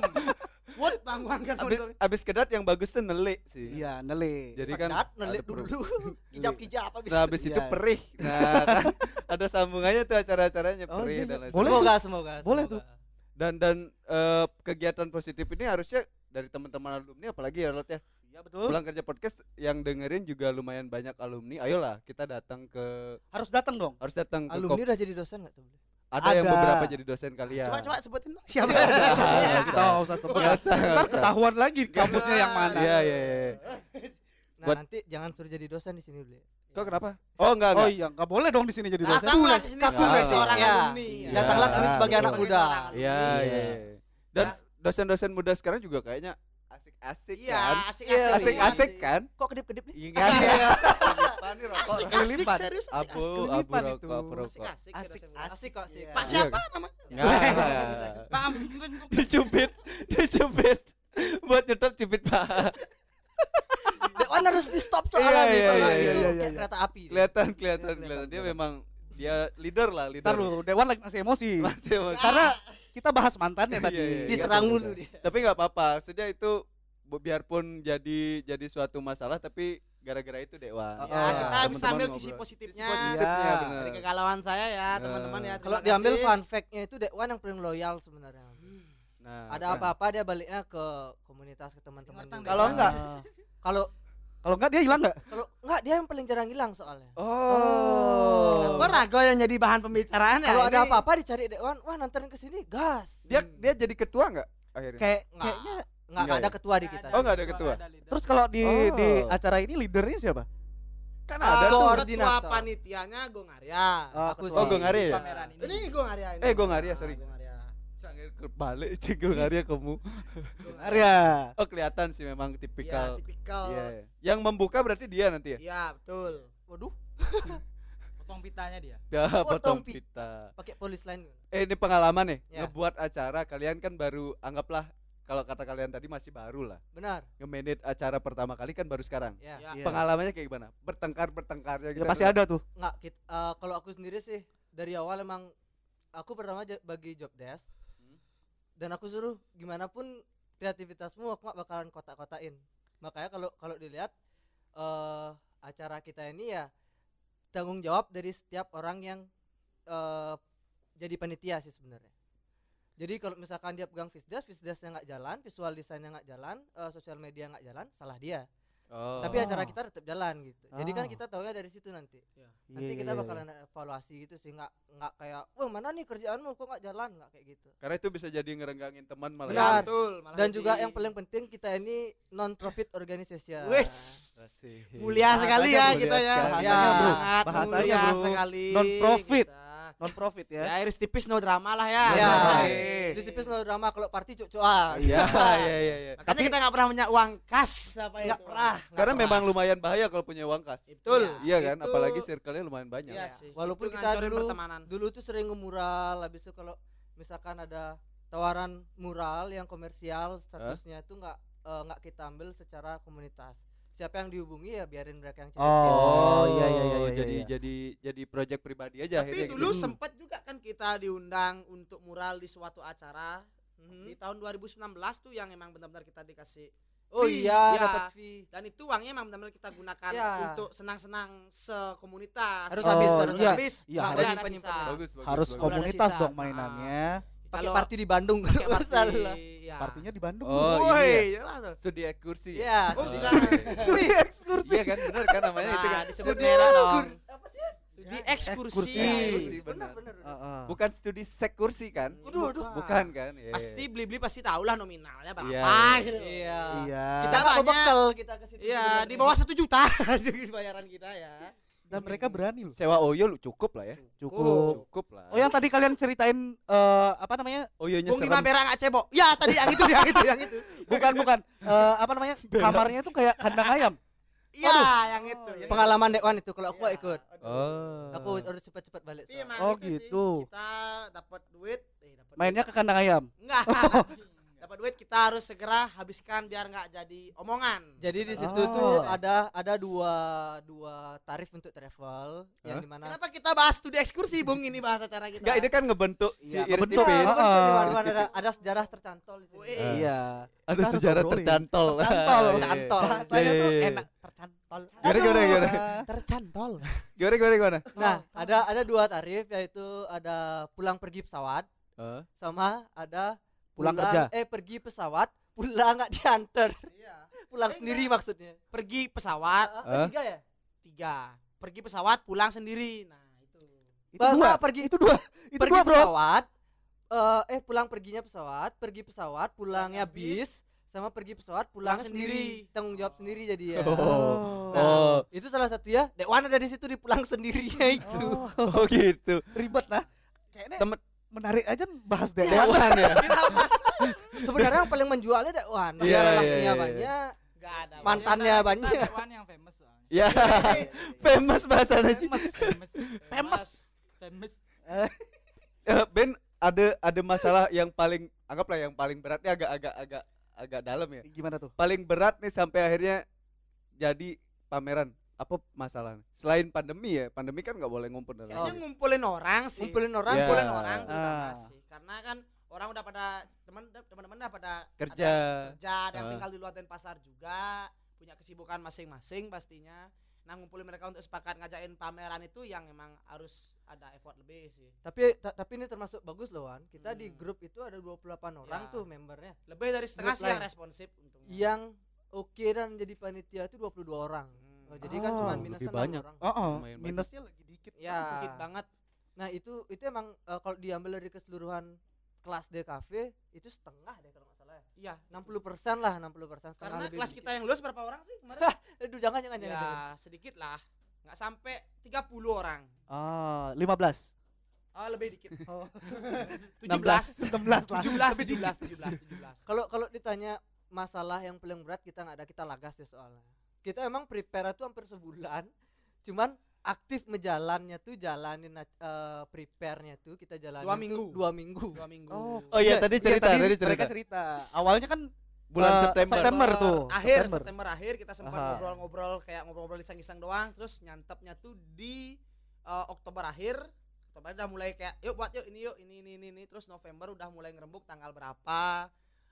D: Swot bang bang kan.
A: Abis, abis kedat yang bagus tuh nelik sih.
B: Iya, nele.
A: Jadi kan
C: Kedat,
A: ada
C: nelik
A: perut.
C: dulu. Kijap-kijap habis.
A: Nah, habis itu
B: Iya.
A: perih. Nah, kan ada sambungannya tuh acara-acaranya
B: Oh,
A: perih
B: iya,
A: dan
B: iya.
A: lain
B: Boleh tuh.
C: semoga, semoga,
B: Boleh
C: semoga.
A: dan dan eh, kegiatan positif ini harusnya dari teman-teman alumni apalagi ya Lot ya
B: Iya, betul.
A: pulang kerja podcast yang dengerin juga lumayan banyak alumni ayolah kita datang ke
B: Harus datang dong.
A: harus datang ke
C: Alumni
A: kop-
C: udah jadi dosen enggak tuh?
A: ada, yang
B: Ada.
A: beberapa jadi dosen kalian
D: Coba coba sebutin dong siapa.
A: Iya.
B: Kita nggak usah sebut.
A: Nggak usah, nggak
B: Ntar
A: usah.
B: ketahuan lagi kampusnya yang mana.
A: iya iya iya.
C: Nah,
A: Buat-
C: nanti jangan suruh jadi dosen di sini, Beli.
A: Kau kenapa oh enggak
B: Oh
A: enggak
B: iya, nggak boleh dong di sini jadi
A: ya.
B: dosen.
D: Datanglah di sini
C: Kaku
D: sebagai
A: lah.
D: seorang
C: Iya.
D: alumni. Ya.
A: Iya.
C: Datanglah sini sebagai
A: Betul.
C: anak muda.
D: Seorang alumni.
A: iya iya
B: Iya.
A: iya. dan dosen-dosen muda sekarang juga kayaknya asik-asik
D: Iya,
A: kan
D: asik-asik.
C: Iya,
A: asik-asik kan
C: Kok kedip-kedip nih?
A: Iya, iya. Pani rokok.
D: Asik-asik
B: Kelilipan.
D: serius asik.
A: Abu, abu
B: kelilipan
A: rokok,
B: itu.
A: abu rokok.
D: Asik-asik.
B: Asik,
D: serius.
C: Asik kok sih.
B: Iya.
D: Pak
A: Iya.
D: siapa namanya?
A: Enggak.
E: Nah, ampun.
A: dicubit dicubit buat nyetop cubit pak
C: Dek Wan harus di stop soalnya
A: Iya,
C: nih.
A: iya,
C: kalau
A: iya,
C: gitu
B: iya, iya,
C: kayak
B: iya.
C: kereta api.
A: kelihatan kelihatan
B: Iya,
A: kelihatan
B: kelihatan,
A: dia
B: kelihatan.
A: memang dia leader lah leader
B: Ntar lu, Dewan lagi masih emosi.
A: masih masih.
B: Karena kita bahas mantannya
A: Iya, iya, iya.
B: tadi.
C: Diserang
A: Iya,
C: mulu
A: betul.
C: dia.
A: tapi nggak apa-apa maksudnya itu bu- biarpun jadi jadi suatu masalah tapi gara-gara itu dewa
B: Oh,
D: Ya, kita
A: Iya,
B: teman-teman
D: bisa ambil sisi positifnya.
A: positifnya
B: Iya.
A: benar
D: Dari kegalauan saya ya, teman-teman ya.
C: Kalau
D: Terima
C: diambil
D: kasih.
C: fun fact-nya itu Dek Wan yang paling loyal sebenarnya.
A: nah,
C: Ada apa-apa dia baliknya ke komunitas ke teman-teman.
E: Ingatan
C: juga.
A: kalau
E: Iya.
A: enggak
B: Ah.
C: kalau
B: Kalau enggak dia hilang enggak?
C: kalau enggak dia yang paling jarang hilang soalnya.
B: Oh,
A: oh
D: Kenapa Rago yang ya jadi bahan pembicaraan ya?
C: Kalau ada
D: Ini-
C: apa-apa dicari Dek Wan, wah nantarin ke sini gas.
A: dia dia jadi ketua nggak akhirnya
B: Kayak
C: Nggak.
B: kayaknya
C: Enggak
A: Nggak
C: ada
A: ya?
C: ketua di kita.
A: Oh, nggak ada ketua?
B: terus kalau di di
A: Oh.
B: acara ini leadernya siapa?
A: kan
D: Ah,
A: ada tuh
C: Gor.
D: ketua
C: Koordinator.
D: panitianya Gong Arya.
C: aku
A: oh gue ngari ya
E: Pameran ini.
D: Ini Gong Arya ini.
A: Eh, Gong Arya, sorry.
D: Ah, Gong Arya.
A: Sangat balik sih gue ngari ya kamu
B: Arya.
A: oh kelihatan sih memang
D: Iya,
A: tipikal
D: tipikal.
A: Iya, iya. yang membuka berarti dia nanti ya
D: Iya, betul.
C: Waduh,
E: Potong pitanya dia.
A: Ya, potong
C: Potong
A: pita.
C: pakai polis lain.
A: Eh, ini pengalaman nih,
C: Ya.
A: ngebuat acara kalian kan baru anggaplah kalau kata kalian tadi masih baru lah.
C: Benar.
A: Nge-manage acara pertama kali kan baru sekarang.
C: Ya.
D: Iya.
B: Iya.
A: Pengalamannya kayak gimana? Bertengkar-bertengkarnya
B: Ya
A: gitu.
B: pasti ada tuh.
C: Nggak, kit- eh, kalau aku sendiri sih dari awal emang aku pertama ja- bagi job desk
A: Hmm.
C: dan aku suruh gimana pun kreativitasmu aku nggak bakalan kotak-kotakin makanya kalau kalau dilihat eh acara kita ini ya tanggung jawab dari setiap orang yang eh jadi panitia sih sebenarnya jadi kalau misalkan dia pegang visdes, visdesnya nggak jalan, visual desainnya nggak jalan, eh, sosial media nggak jalan, salah dia.
A: Oh.
C: Tapi acara
B: Oh.
C: kita tetap jalan gitu. Jadi kan
B: Oh.
C: kita taunya dari situ nanti nanti
B: Iya,
C: kita
B: iya,
C: bakalan evaluasi gitu sih nggak nggak kayak wah mana nih kerjaanmu kok nggak jalan nggak kayak gitu
A: karena itu bisa jadi ngerenggangin teman malah.
C: Benar.
D: Iya, Betul. malah
C: dan
D: jadi-
C: juga yang paling penting kita ini non profit organization
D: Wes.
A: Kasih.
D: Mulia sekali ya
A: Iya. mulia
D: kita ya.
A: sekali.
C: Bahasanya, bro.
D: Sangat
B: Bahasanya,
D: mulia
B: bro.
D: sekali.
B: Non-profit.
D: kita.
B: Non profit ya.
D: Ya, iris tipis no drama lah ya.
C: Ya.
B: Iya.
C: di tipis no drama kalau party cuk cuan
A: Iya, iya, iya, iya.
D: Makanya kita nggak pernah punya uang kas apa
C: Nggak
D: itu.
C: pernah
A: Karena memang lumayan bahaya kalau punya uang kas.
D: Betul.
A: Iya kan,
D: Itu-
A: apalagi circle-nya lumayan banyak.
D: Iya
C: Ya.
D: sih.
C: Walaupun
D: Itu
C: kita
D: ngancurin
C: dulu-
D: pertemanan.
C: dulu tuh sering ngemural habis itu kalau misalkan ada tawaran mural yang komersial statusnya itu nggak eh, nggak kita ambil secara komunitas siapa yang dihubungi ya biarin mereka yang cari
B: Oh, iya, iya, iya, iya,
A: Jadi
B: iya.
A: jadi jadi project pribadi aja
D: Tapi
A: akhirnya. gitu.
D: dulu sempat juga kan kita diundang untuk mural di suatu acara
C: Mhm. Hmm. Iya.
D: di tahun 2019 tuh yang emang benar-benar kita dikasih.
C: oh
D: Fee,
C: iya
D: ya.
C: dapat fee
D: Dan itu uangnya emang benar-benar kita gunakan
C: Ya.
D: untuk senang-senang sekomunitas.
C: harus
B: Oh,
C: habis harus
B: iya.
C: habis
B: Iya,
C: Nggak
B: harus
C: boleh
D: ada
C: ada
D: sisa.
C: nyimpen.
A: bagus, bagus,
B: Harus
A: bagus.
D: kom-
B: komunitas
D: sisa.
B: dong mainannya.
C: pakai
D: Kalau
C: party di Bandung
D: pakai
C: kalau nggak
D: party,
C: salah.
D: ya.
B: Partinya di Bandung.
A: Oh,
D: Woi,
A: iya.
D: jelas tuh.
A: Studi ekskursi.
C: Iya.
D: Oh,
A: Oh,
D: bukan.
B: Studi ekskursi.
A: Iya kan benar kan namanya itu
D: Nah,
A: kan.
D: disebut merah dong.
C: Apa sih?
D: Di
E: Iya.
D: ekskursi.
B: Ekskursi.
D: Ya,
B: Ekskursi.
A: benar.
C: benar
B: Ah,
C: benar.
B: ah.
A: Bukan studi sekursi kan?
D: Aduh, aduh.
A: Bukan kan? Iya.
D: Pasti beli-beli pasti tahu lah nominalnya berapa
A: Iya.
D: gitu.
C: Iya.
B: Iya.
D: Kita
C: Kita
D: banyak.
C: bekal kita ke situ.
D: Iya, di bawah satu juta jadi bayaran kita ya.
B: Dan mereka berani loh.
A: Sewa Oyo lu cukup lah ya.
B: Cukup.
A: Cukup lah.
B: Oh yang tadi kalian ceritain eh, apa namanya?
A: Oyonya
D: Bung
A: serem.
D: Dima Bera nggak cebok. Ya tadi yang itu, yang itu, yang itu.
B: Bukan bukan. Eh, apa namanya? Kamarnya tuh kayak kandang ayam.
D: Iya, yang itu. yang itu.
C: Pengalaman Dewan itu kalau aku
D: Iya.
C: ikut.
A: Oh.
C: Aku harus cepat-cepat balik.
D: Iya,
C: soalnya.
D: emang
B: Oh,
D: sih.
B: gitu.
D: Kita dapat duit, eh, dapat
B: Mainnya ke Oh.
D: duit.
B: kandang ayam.
D: enggak. dapat duit kita harus segera habiskan biar nggak jadi omongan.
C: Jadi di situ
B: Oh.
C: tuh ada ada dua dua tarif untuk travel yang
A: Hah?
C: dimana
D: Kenapa kita bahas studi ekskursi, Bung? Ini bahas acara kita.
A: Enggak, ini kan ngebentuk si
B: Iya,
A: Iris
B: ngebentuk.
A: Tipis.
B: Ah, ah.
C: Dimana- dimana ada, ada sejarah tercantol di sini.
D: Wih.
A: Eh.
B: Iya.
A: Ada
B: Kita harus
A: sejarah
B: obrolin.
A: tercantol.
B: Tercantol.
A: Iya.
C: Tercantol.
B: Bahasanya tuh
A: Iya, iya, iya.
B: enak tercantol.
A: Gimana, gimana, gimana?
B: Ah.
D: tercantol.
A: Gimana gimana gimana?
C: Nah, ada ada dua tarif yaitu ada pulang pergi pesawat
A: Eh,
C: sama ada
B: Pulang kerja.
C: eh pergi pesawat pulang nggak diantar
D: Iya.
C: pulang sendiri maksudnya
D: Pergi pesawat
B: Eh,
C: Ah,
A: Hah?
C: tiga ya
D: tiga. Pergi pesawat pulang sendiri. Nah, itu.
B: Itu
C: Bah-
B: dua.
C: nah, pergi
B: Itu dua. Itu
C: pergi
B: dua, Bro.
C: pesawat eh, eh pulang perginya pesawat pergi pesawat pulangnya bis sama pergi pesawat pulang,
D: Pulang
C: sendiri.
D: sendiri.
C: tanggung jawab sendiri jadi ya
A: Oh.
C: Nah,
A: Oh.
C: itu salah satu ya Dewan ada di situ di pulang sendirinya itu
A: Oh
B: Oh,
A: gitu.
B: ribet lah. Kayaknya
A: Temen-
B: menarik aja bahas dewan.
A: Dewan ya.
D: Kita bahas
C: sebenarnya yang paling menjualnya Dewan
A: Iya,
C: dia
A: iya,
C: relasinya
A: iya.
C: banyak
D: enggak ada. Bang.
C: mantannya
E: Kita
C: banyak
E: Dewan yang famous soalnya.
A: Ya.
B: Iya,
A: Famous bahasanya sih.
B: Mas,
E: Famous.
B: Famous.
E: Famous.
A: Eh, ben ada ada masalah yang paling anggaplah yang paling beratnya agak-agak agak agak dalam ya.
B: gimana tuh?
A: Paling berat nih sampai akhirnya jadi pameran. Apa masalahnya? Selain pandemi ya, pandemi kan nggak boleh ngumpul dan
D: Kayaknya
A: lain-lain.
D: ngumpulin orang sih.
C: Oh. ngumpulin orang
A: Iya.
D: Ngumpulin orang terutama
B: Ah.
D: sih. Karena kan orang udah pada teman teman-teman udah pada
A: Kerja.
D: ada yang kerja, ada yang
A: Ah.
D: tinggal di luar dan pasar juga, punya kesibukan masing-masing pastinya. Nah, ngumpulin mereka untuk sepakat ngajakin pameran itu yang emang harus ada effort lebih sih.
C: tapi ta- tapi ini termasuk bagus loh Wan kita di
D: Hmm.
C: grup itu ada 28 orang
D: Ya.
C: tuh membernya
D: Lebih dari setengah
C: Grup
D: sih yang
C: lain.
D: responsif untungnya.
C: yang oke dan jadi panitia itu 22 orang
D: Hmm.
C: Oh, jadi kan
B: Oh,
C: cuma
B: lebih
C: minusnya enam
A: banyak.
C: orang
B: Oh, oh.
A: Lumayan
B: minusnya lagi dikit.
C: ya
D: dikit banget.
C: nah itu itu emang eh, kalau diambil dari keseluruhan kelas DKV itu setengah deh kalau nggak salah ya.
D: Iya.
C: 60 persen lah 60 persen setengah
D: Karena
C: lebih
D: kelas
C: dikit.
D: kita yang lulus berapa orang sih kemarin?
C: aduh jangan jangan jangan,
D: ya,
C: jangan.
D: sedikit lah. Nggak sampai 30 orang.
B: Ah, 15.
D: Oh, lebih dikit.
B: Oh. 16
D: 17.
B: lah.
D: 17, 17, 17, 17.
C: kalau kalau ditanya masalah yang paling berat kita nggak ada kita lagas sih soalnya kita emang prepare itu hampir sebulan cuman aktif menjalannya tuh jalanin eh, prepare-nya tuh kita jalanin
D: Dua
C: tuh
D: minggu.
C: dua minggu
D: Dua minggu.
B: Oh.
A: Oh iya, tadi cerita, tadi cerita.
B: Mereka cerita. Awalnya kan
A: Bulan
B: eh,
A: September.
B: September tuh.
D: Akhir September, akhir kita sempat
B: Aha.
D: ngobrol-ngobrol kayak ngobrol-ngobrol iseng-iseng doang, terus nyantapnya tuh di eh, Oktober akhir. Oktober udah mulai kayak yuk buat yuk ini yuk ini ini ini, ini." terus November udah mulai ngerembuk tanggal berapa,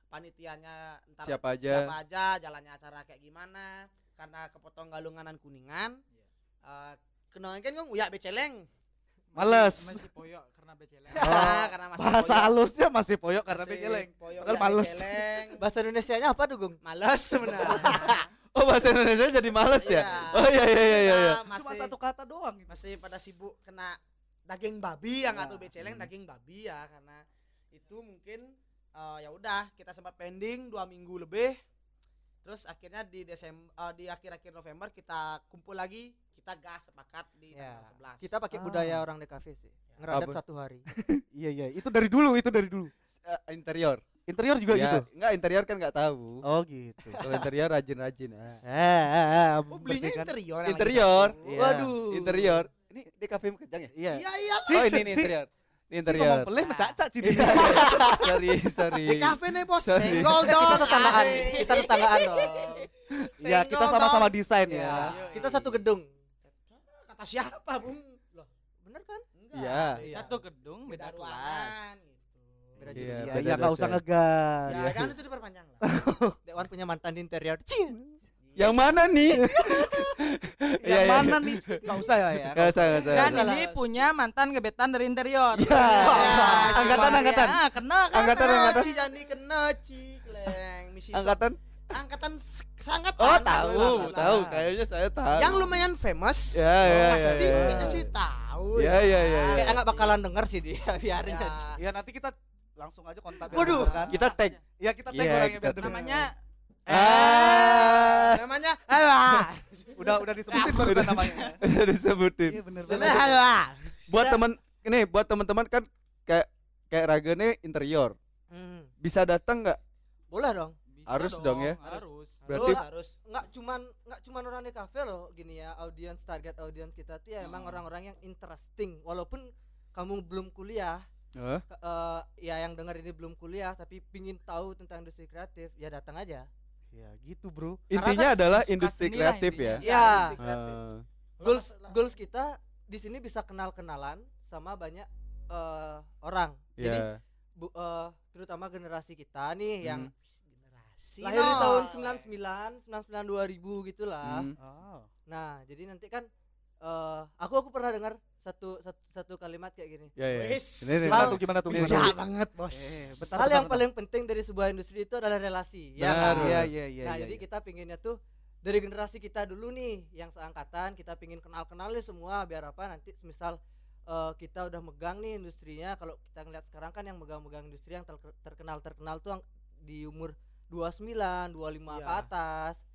D: panitianya entar
A: Siapa aja?
D: siapa aja, jalannya acara kayak gimana. Karena kepotong galungan dan kuningan.
B: Iya.
D: Eh kenalin kan Kang, uya beceleng.
E: Masih-
B: Males.
E: Masih poyok karena beceleng.
D: Nah, karena masih
B: Oh, Bahasa
D: poyok-
B: halusnya masih poyok karena
D: masih
B: beceleng.
D: poyok,
B: Padahal
D: uya
B: males.
D: beceleng.
C: bahasa Indonesia nya apa tuh Gung?
D: Males sebenarnya.
A: Oh bahasa Indonesia jadi males ya? Oh iya iya iya iya. iya.
D: Nah,
B: Cuma
D: masih-
B: satu kata doang gitu.
D: masih pada sibuk kena daging babi yang
B: Ya.
D: nggak tahu beceleng
A: Hmm.
D: daging babi ya karena itu mungkin eh, ya udah kita sempat pending dua minggu lebih terus akhirnya di Desember di akhir-akhir November kita kumpul lagi kita gas sepakat di
C: Ya,
D: tanggal 11
C: kita pakai
B: Ah.
C: budaya orang DKV sih ngeradat
A: Apa?
C: satu hari
B: Iya iya, itu dari dulu, itu dari dulu.
A: Eh, interior.
B: Interior juga
A: Ya,
B: gitu.
A: Enggak interior kan nggak tahu.
B: Oh gitu.
A: Kalau interior rajin-rajin. ah.
B: Eh, eh, eh,
D: oh belinya
B: bersihkan.
D: interior yang lagi
A: Interior.
D: satu.
B: Iya.
A: Waduh. Interior. Ini di kafe kejang ya?
B: Iya.
D: iya iya
B: Si,
A: Oh ini ini
B: si-
A: interior. Ini
B: si ngomong
A: interior. Iya.
B: pelih mencacat sih dia.
A: sorry sorry.
D: di kafe nih bos
A: Sorry.
D: senggol dong
C: kita tetanggaan
D: Ay.
C: kita tetanggaan dong
B: Ya, kita
D: Senggol
B: sama-sama
D: dong.
B: desain ya.
C: ya
D: Iya.
C: kita satu gedung
D: kata siapa bung loh
C: bener kan
D: enggak
A: Iya.
D: beda-
E: Satu gedung beda, kelas.
D: ruangan, gitu
C: Beda
A: Iya,
C: jurusan.
B: Iya,
A: beda
B: iya enggak usah
A: dosen.
B: ngegas. Iya,
A: Iya.
D: Ya, kan itu diperpanjang lah.
C: Dewan punya mantan di interior Cih.
A: Yang mana nih? Iya,
B: Yang
A: iya.
B: mana nih? Enggak usah ya ya.
A: Enggak usah enggak usah.
C: kan
E: Dan
A: nggak usah.
E: ini punya mantan gebetan dari interior.
A: Iya.
C: Iya,
A: Angkatan angkatan.
E: Ah, kena kan.
A: Angkatan
D: Kena,
A: angkatan.
D: Ci, Jani kena Ci, Kleng. Misi
A: Angkatan
D: angkatan s- sangat
A: Oh
D: tahan
A: tahu,
D: Alhamdulillah.
A: tahu. Kayaknya saya tahu.
D: Yang lumayan famous.
A: ya ya ya.
D: pasti
A: ya.
D: kita sih tahu.
A: Ya, ya, ya, ya.
C: Kayak
D: Pasti.
C: nggak bakalan denger sih dia biarin
A: Iya.
D: Ya.
C: aja.
B: Ya nanti kita langsung aja kontak. biar
D: Waduh.
B: denger kan.
A: Kita tag.
B: Ya kita tag
A: Iya,
B: orangnya
A: kita
B: biar
A: tag.
B: denger.
E: namanya
A: Ah.
D: Namanya Halwa.
B: udah udah disebutin barusan namanya.
A: Udah disebutin.
B: Iya bener
D: Namanya
B: banget.
D: Halwa.
A: Buat teman nih, buat teman-teman kan kayak kayak Raga nih interior.
C: Hmm.
A: Bisa datang nggak?
C: Boleh dong.
E: Bisa
A: Harus dong ya.
E: harus
A: Berarti
D: Harus, harus.
C: nggak cuman nggak cuman orang di kafe loh gini ya audiens target audiens kita tuh ya emang
A: Hmm.
C: orang-orang yang interesting walaupun kamu belum kuliah
A: Eh,
C: ke- eh, ya yang dengar ini belum kuliah tapi pingin tahu tentang industri kreatif ya datang aja
B: Ya gitu bro.
A: intinya adalah
E: suka
A: industri
E: seni lah
A: kreatif
E: intinya. gitu,
A: ya.
C: ya
A: Eh,
C: goals goals kita di sini bisa kenal kenalan sama banyak eh, orang jadi
A: ya.
C: bu- eh, terutama generasi kita
A: Hmm.
C: nih yang
D: Generasi.
C: lahir di
D: no.
C: tahun 99 99 2000 gitulah
A: Hmm.
B: Oh.
C: Nah, jadi nanti kan eh aku aku pernah dengar satu, satu satu kalimat kayak gini.
A: Ya ya.
D: Wis.
A: Ini nih.
B: Iya, Gimana tuh gimana tuh? Gimana
D: Bijak
B: tuh?
D: banget, Bos.
B: Eh, bentar, bentar,
C: Hal yang
B: bentar.
C: paling penting dari sebuah industri itu adalah relasi, ya
A: Benar,
C: kan?
A: benar.
B: Iya iya iya.
C: Nah,
B: iya,
C: jadi
B: iya.
C: kita pinginnya tuh dari generasi kita dulu nih yang seangkatan kita pingin kenal-kenalin semua biar apa nanti semisal eh, kita udah megang nih industrinya kalau kita ngeliat sekarang kan yang megang-megang industri yang terkenal terkenal tuh yang di umur 29, 25 ke
D: Iya.
C: atas.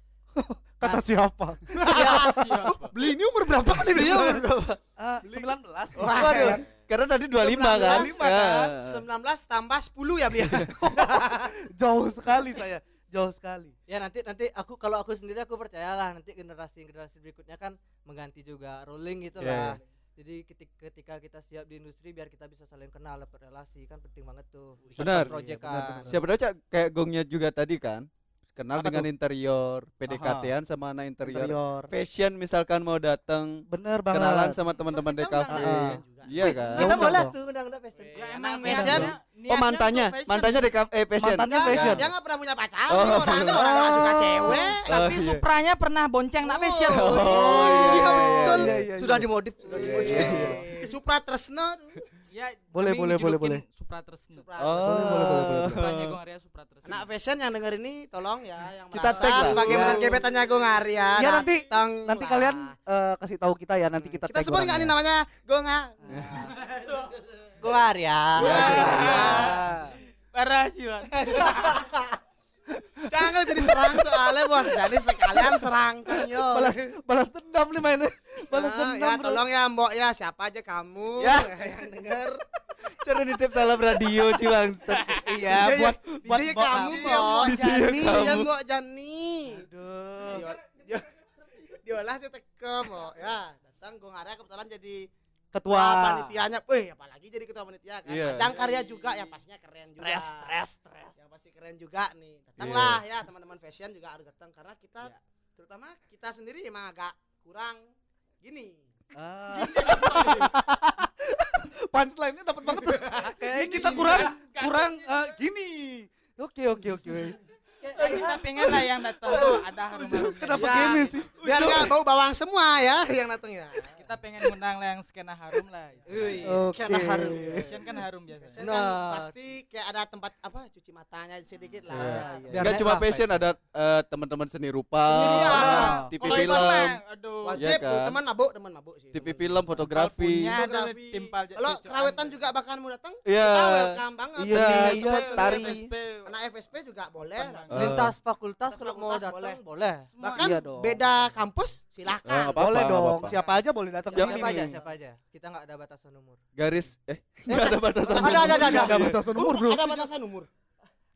B: kata siapa?
D: ya. Oh, Beli ini umur berapa kan dia?
A: Iya,
C: Dia umur berapa?
B: Eh, Sembilan belas.
D: Waduh.
A: Karena tadi 25 kan?
D: 19 kan?
A: Ya.
D: 19 tambah 10 ya beliau.
B: Jauh sekali saya. Jauh sekali.
C: Ya nanti nanti aku kalau aku sendiri aku percayalah nanti generasi generasi berikutnya kan mengganti juga rolling gitu
A: Iya,
C: lah. Jadi ketika, ketika kita siap di industri biar kita bisa saling kenal dapat relasi kan penting banget tuh. Bisa
A: Benar.
C: dapat project
B: Iya, benar,
C: kan.
B: benar,
A: Siapa tahu Cak, kayak gongnya juga tadi kan? Kenal
B: Apa
A: dengan
B: tuh?
A: interior, PDKT-an sama anak interior.
B: Interior.
A: Fashion misalkan mau datang,
B: Bener banget.
A: kenalan sama teman-teman
D: Kita
A: DKV.
D: undang
B: Ah.
D: Asian juga.
A: Iya kan?
C: Kita
B: Undang
C: boleh
B: dong.
C: tuh undang-undang fashion.
D: Ya,
E: Ya,
D: emang
E: emang
D: fashion.
E: niatnya-
A: Oh
E: niatnya
A: mantannya,
E: untuk fashion.
A: mantannya DKV eh fashion.
B: Mantannya
D: Enggak,
B: fashion.
D: Dia enggak pernah punya pacar.
A: Oh.
D: dia Orang orang enggak suka cewek.
E: tapi
A: Oh, iya.
E: supranya pernah bonceng nak fashion
A: Oh, iya,
D: Iya,
A: iya,
D: betul.
B: iya, iya,
C: Sudah
B: iya.
C: dimodif.
B: Iya, iya, iya.
D: Supra Tresno.
E: ya
B: Boleh,
E: kami
B: boleh, boleh,
E: julukin
B: boleh.
E: supra tresno
D: Supra
A: Oh.
D: Tresno.
B: Boleh, boleh, boleh, boleh.
E: supranya gong area supra tresno
D: Anak fashion yang denger ini tolong ya yang
A: Kita
D: merasa
A: tag lah.
D: sebagai
B: Iya.
D: mantan gebetannya Gong Arya.
B: Ya, nanti-
D: datang
B: Nanti
D: lah.
B: kalian eh, kasih tahu kita ya nanti kita
D: kita
B: tag
D: sebut enggak ini
B: orangnya.
D: namanya Gong A. ya.
C: Gua Arya.
B: ya.
E: parah sih Wan.
D: Jangan jadi serang soalnya bos. Jadi sekalian serang kan, yo.
B: Balas balas dendam nih mainnya. Balas
D: Ah,
B: dendam.
D: ya
B: bro.
D: tolong ya Mbok ya siapa aja kamu
A: Ya.
D: yang denger.
A: Cara nitip salam radio sih bangset.
B: Iya,
D: DJ
B: buat buat
D: DJ
B: Mbok ya.
D: kamu
B: kamu.
D: Mbok.
E: Jani.
D: Iya Mbok Jani.
B: Aduh.
D: Diolah- dio- Diolah sih teke Mbok ya. Datang gue ngarep kebetulan jadi
B: Ketua
D: ketua panitianya. Wih, apalagi jadi ketua panitia kan.
A: Iya.
D: Pajang karya juga yang pastinya keren juga.
C: Stress, stress, stress.
D: Yang pasti keren juga nih. Datanglah
A: Iya.
D: ya teman-teman fashion juga harus datang karena kita terutama kita sendiri emang agak kurang gini.
B: Ah. Punchline-nya dapat banget. tuh. Kayaknya kita kurang kurang eh, gini. Oke oke oke.
E: Kayak kita pengen lah yang datang tuh ada Ya, harum-harumnya
B: Kenapa
D: Iya.
B: gini sih?
D: Biar nggak bau bawang semua ya yang datang ya.
E: kita pengen ngundang lah yang skena harum lah
B: Oke.
D: Karena harum.
E: fashion kan harum biasanya
D: Fashion kan
C: Nah.
D: pasti kayak ada tempat apa cuci matanya sedikit lah.
A: Iya,
D: Ya.
C: Biar
A: Enggak
C: naik
A: cuma
C: lah,
A: fashion ada eh, teman-teman seni rupa,
D: Seni rupa.
A: TV
E: Kalau
A: film,
E: itu mah, aduh
D: Wajib
A: Iya
D: tuh
A: kan?
D: teman mabuk, teman mabuk sih.
A: TV
D: teman.
A: film, fotografi.
C: Iya,
E: Punya.
D: Fotografi.
E: Ada timpal aja,
D: Kalau
E: cucuan.
D: kerawetan juga bahkan mau datang,
A: Iya.
D: kita welcome banget.
B: Iya,
D: Seni,
B: iya,
D: seni,
B: tari.
D: FSP. Anak FSP juga boleh.
E: Tenang.
A: Eh,
C: Lintas fakultas kalau mau
D: Fakultas
C: datang boleh.
D: Bahkan
B: Iya dong.
D: beda kampus
A: Eh,
D: silakan.
A: nggak apa-apa,
B: boleh
A: nggak
B: dong.
A: apa-apa.
B: Siapa aja boleh datang.
A: Ya.
B: sini
C: Siapa aja,
B: nih.
C: siapa aja. Kita nggak ada batasan umur.
A: Garis eh enggak ada batasan.
C: Ada, ada, ada,
B: Nggak ada batasan umur, Bro.
D: Ada batasan umur.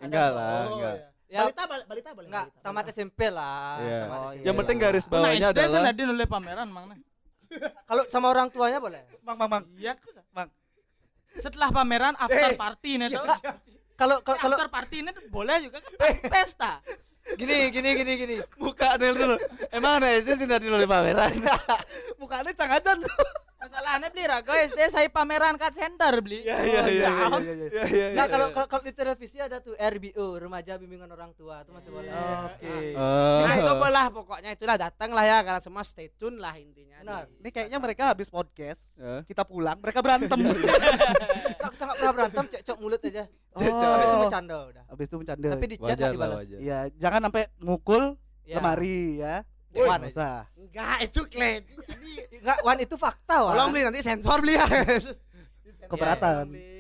A: Enggak lah,
D: Oh,
A: enggak.
D: iya.
C: Ya,
D: Balita, bal- balita boleh.
C: nggak
D: balita,
C: tamat
D: balita.
C: SMP lah.
A: Iya.
C: tamat
B: Oh,
C: SMP.
A: Yang penting garis
E: nah
A: bawahnya
E: SD
A: adalah
E: senadin oleh pameran mang nah
C: Kalau sama orang tuanya boleh.
B: Mang mang mang.
E: iya
B: Mang.
E: setelah pameran after party nih tuh
C: Kalau kalau kalau- Eh.
E: after party ini boleh juga kan pesta
C: gini gini gini gini.
A: Iya, muka Anel dulu. Emang anak SD senadin oleh pameran.
B: Mukanya cangajan.
E: masalahnya beli raga SD saya pameran kat center beli
A: Iya iya iya.
B: Oh, iya, iya.
A: Iya iya.
C: Nah, kalau kalau kalau di televisi ada tuh RBO, remaja bimbingan orang tua, itu masih boleh.
B: Oke.
A: Eh,
D: Nah, itu boleh pokoknya itulah datang lah ya karena semua stay tune lah intinya.
C: Benar.
D: di
B: Ini kayaknya
D: Instagram.
B: mereka habis podcast.
A: Eh.
B: Kita pulang, mereka berantem.
A: Iya,
C: Nah, kita nggak pernah berantem, cekcok mulut aja.
B: Oh.
C: Habis itu bercanda udah.
B: Habis itu bercanda.
C: Tapi di chat nggak dibalas.
B: Iya, jangan sampai Iya, mukul.
C: Ya.
B: lemari ya.
C: Woi.
B: Wan, nggak
A: Iya,
B: usah.
D: Enggak, itu klaim. Jadi
C: Enggak, Wan itu fakta, Wan.
D: tolong beli nanti sensor beli ya.
A: iya.
B: Keberatan.
A: Kan